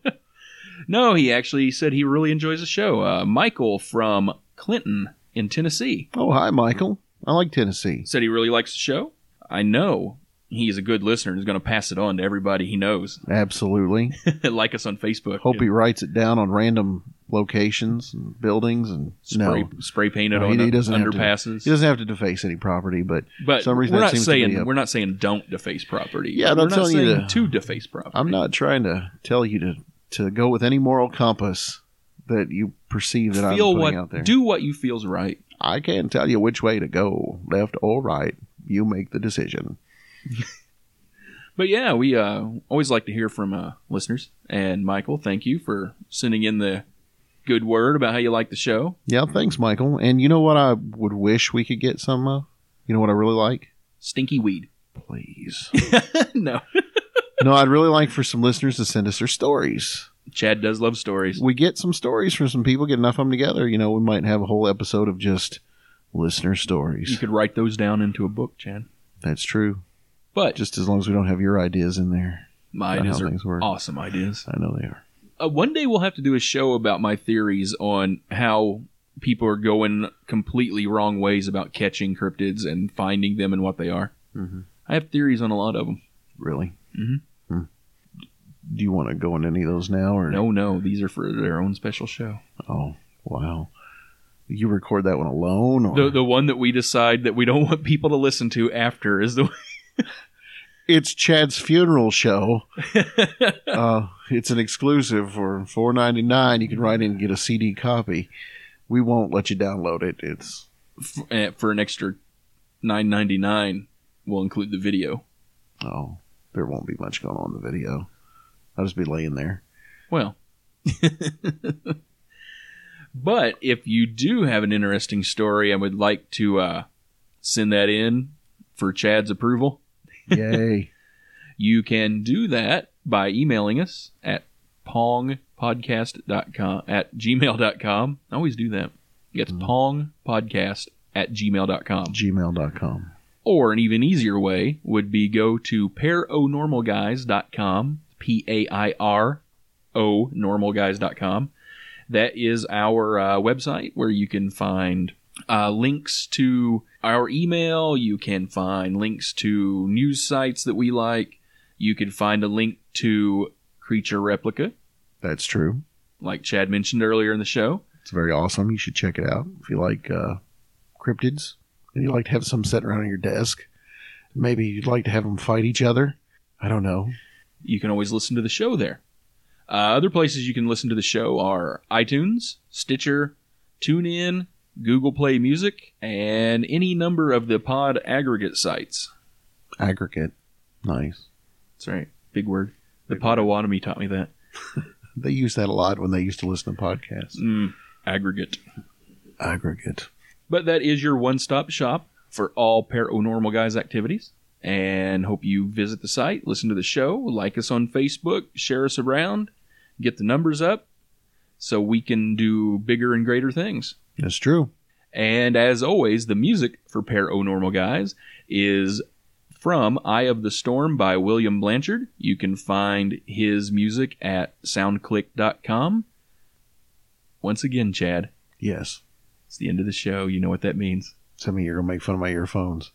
[SPEAKER 8] No, he actually said he really enjoys the show. Uh, Michael from Clinton in Tennessee
[SPEAKER 5] Oh hi Michael. I like Tennessee.
[SPEAKER 8] said he really likes the show. I know he's a good listener and is going to pass it on to everybody he knows. [LAUGHS]
[SPEAKER 5] Absolutely.
[SPEAKER 8] like us on Facebook.
[SPEAKER 5] Hope he writes it down on random locations and buildings and
[SPEAKER 8] spray,
[SPEAKER 5] no.
[SPEAKER 8] spray painted
[SPEAKER 5] No,
[SPEAKER 8] on
[SPEAKER 5] he, he
[SPEAKER 8] the
[SPEAKER 5] doesn't Have to,
[SPEAKER 8] underpasses.
[SPEAKER 5] he doesn't have to deface any property, but
[SPEAKER 8] but
[SPEAKER 5] some reason
[SPEAKER 8] we're
[SPEAKER 5] that
[SPEAKER 8] not
[SPEAKER 5] seems to
[SPEAKER 8] saying
[SPEAKER 5] be a-
[SPEAKER 8] we're not saying don't deface property.
[SPEAKER 5] Yeah, I'm
[SPEAKER 8] we're
[SPEAKER 5] not telling you
[SPEAKER 8] saying
[SPEAKER 5] to-
[SPEAKER 8] to deface property.
[SPEAKER 5] I'm not trying to tell you to to go with any moral compass that you perceive that I'm
[SPEAKER 8] feel
[SPEAKER 5] putting
[SPEAKER 8] what
[SPEAKER 5] out there.
[SPEAKER 8] do what you feel's right.
[SPEAKER 5] I can't tell you which way to go, left or right. You make the decision.
[SPEAKER 8] But yeah, we uh, always like to hear from uh, listeners. And Michael, thank you for sending in the good word about how you like the show.
[SPEAKER 5] Yeah, thanks, Michael. And you know what I would wish we could get some of? You know what I really like?
[SPEAKER 8] Stinky weed. [LAUGHS]
[SPEAKER 5] Please.
[SPEAKER 8] no,
[SPEAKER 5] [LAUGHS] no, I'd really like for some listeners to send us their stories.
[SPEAKER 8] Chad does love stories.
[SPEAKER 5] We get some stories from some people, get enough of them together. You know, we might have a whole episode of just listener
[SPEAKER 8] You
[SPEAKER 5] stories.
[SPEAKER 8] could write those down into a book, Chad.
[SPEAKER 5] That's true.
[SPEAKER 8] But
[SPEAKER 5] Just as long as we don't have your ideas in there.
[SPEAKER 8] my
[SPEAKER 5] how
[SPEAKER 8] ideas are
[SPEAKER 5] things work.
[SPEAKER 8] awesome ideas.
[SPEAKER 5] I know they are.
[SPEAKER 8] Uh, one day we'll have to do a show about my theories on how people are going completely wrong ways about catching cryptids and finding them and what they are.
[SPEAKER 5] Mhm.
[SPEAKER 8] I have theories on a lot of them.
[SPEAKER 5] Really?
[SPEAKER 8] Mhm.
[SPEAKER 5] Hmm. Do you want to go into any of those now? or
[SPEAKER 8] No, no, these are for their own special show.
[SPEAKER 5] Oh, wow. You record that one alone? Or?
[SPEAKER 8] The the one that we decide that we don't [LAUGHS] want people to listen to after is the [LAUGHS]
[SPEAKER 5] it's Chad's funeral
[SPEAKER 8] [LAUGHS]
[SPEAKER 5] show. uh, it's an exclusive for four ninety nine. You can write in and get a CD copy. We won't let you download it. It's
[SPEAKER 8] eh, for an extra nine ninety nine. We'll include the video.
[SPEAKER 5] oh, there won't be much going on in the video. I'll just be laying there.
[SPEAKER 8] Well, but if you do have an interesting story and would like to uh, send that in for Chad's approval,
[SPEAKER 5] [LAUGHS] Yay!
[SPEAKER 8] you can do that by emailing us at pongpodcast.com at gmail.com. I always do that. It's pongpodcast at gmail.com.
[SPEAKER 5] Gmail.com.
[SPEAKER 8] Or an even easier way would be go to paranormalguys.com, P A I R O normalguys.com. That is our uh, website where you can find uh, links to our email. You can find links to news sites that we like. You can find a link to Creature Replica,
[SPEAKER 5] That's true.
[SPEAKER 8] like Chad mentioned earlier in the show.
[SPEAKER 5] It's very awesome. You should check it out if you like uh, cryptids and you like to have some sitting around on your desk. Maybe you'd like to have them fight each other. I don't know.
[SPEAKER 8] you can always listen to the show there. Uh, other places you can listen to the show are iTunes, Stitcher, TuneIn, Google Play Music, and any number of the pod aggregate sites.
[SPEAKER 5] Aggregate. Nice.
[SPEAKER 8] That's right, big word. The Potawatomi taught me that.
[SPEAKER 5] They used that a lot when they used to listen to podcasts.
[SPEAKER 8] Mm, aggregate.
[SPEAKER 5] Aggregate.
[SPEAKER 8] But that is your one stop shop for all paranormal guys activities. And hope you visit the site, listen to the show, like us on Facebook, share us around, get the numbers up so we can do bigger and greater things.
[SPEAKER 5] That's true.
[SPEAKER 8] And as always, the music for Paranormal Guys is from Eye of the Storm by William Blanchard. You can find his music at soundclick.com. Once again, Chad,
[SPEAKER 5] Yes.
[SPEAKER 8] it's the end of the show. You know what that means.
[SPEAKER 5] Some of you are going to make fun of my earphones.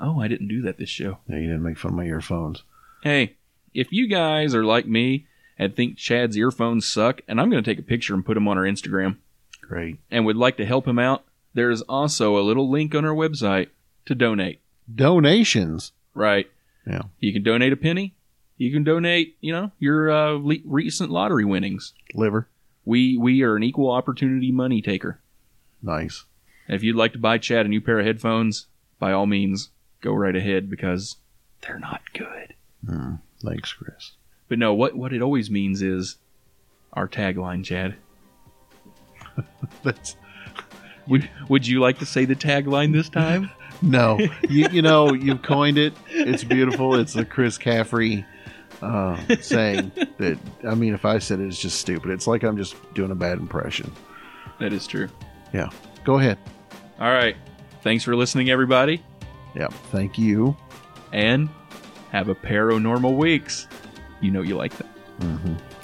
[SPEAKER 8] Oh, I didn't do that this show.
[SPEAKER 5] No, you didn't make fun of my earphones.
[SPEAKER 8] Hey, if you guys are like me and think Chad's earphones suck, and I'm going to take a picture and put them on our Instagram,
[SPEAKER 5] Great.
[SPEAKER 8] and would like to help him out, there is also a little link on our website to donate.
[SPEAKER 5] Donations.
[SPEAKER 8] Right.
[SPEAKER 5] Yeah.
[SPEAKER 8] You can donate a penny. You can donate, you know, your uh, le- recent lottery winnings.
[SPEAKER 5] Liver.
[SPEAKER 8] We we are an equal opportunity money taker.
[SPEAKER 5] Nice.
[SPEAKER 8] If you'd like to buy Chad a new pair of headphones, by all means, go right ahead because they're not good.
[SPEAKER 5] Hmm. Thanks, Chris.
[SPEAKER 8] But no, what, what it always means is our tagline, Chad.
[SPEAKER 5] That's
[SPEAKER 8] Would, would you like to say the tagline this time?
[SPEAKER 5] no. you, you know, you've coined it. It's beautiful. It's the Chris Caffrey uh, saying that. I mean, if I said it, it's just stupid. It's like I'm just doing a bad impression.
[SPEAKER 8] that is true.
[SPEAKER 5] Yeah. Go ahead.
[SPEAKER 8] All right. Thanks for listening, everybody,
[SPEAKER 5] Yeah. Thank you.
[SPEAKER 8] and have a paranormal weeks. You know you like them.
[SPEAKER 5] Mm-hmm.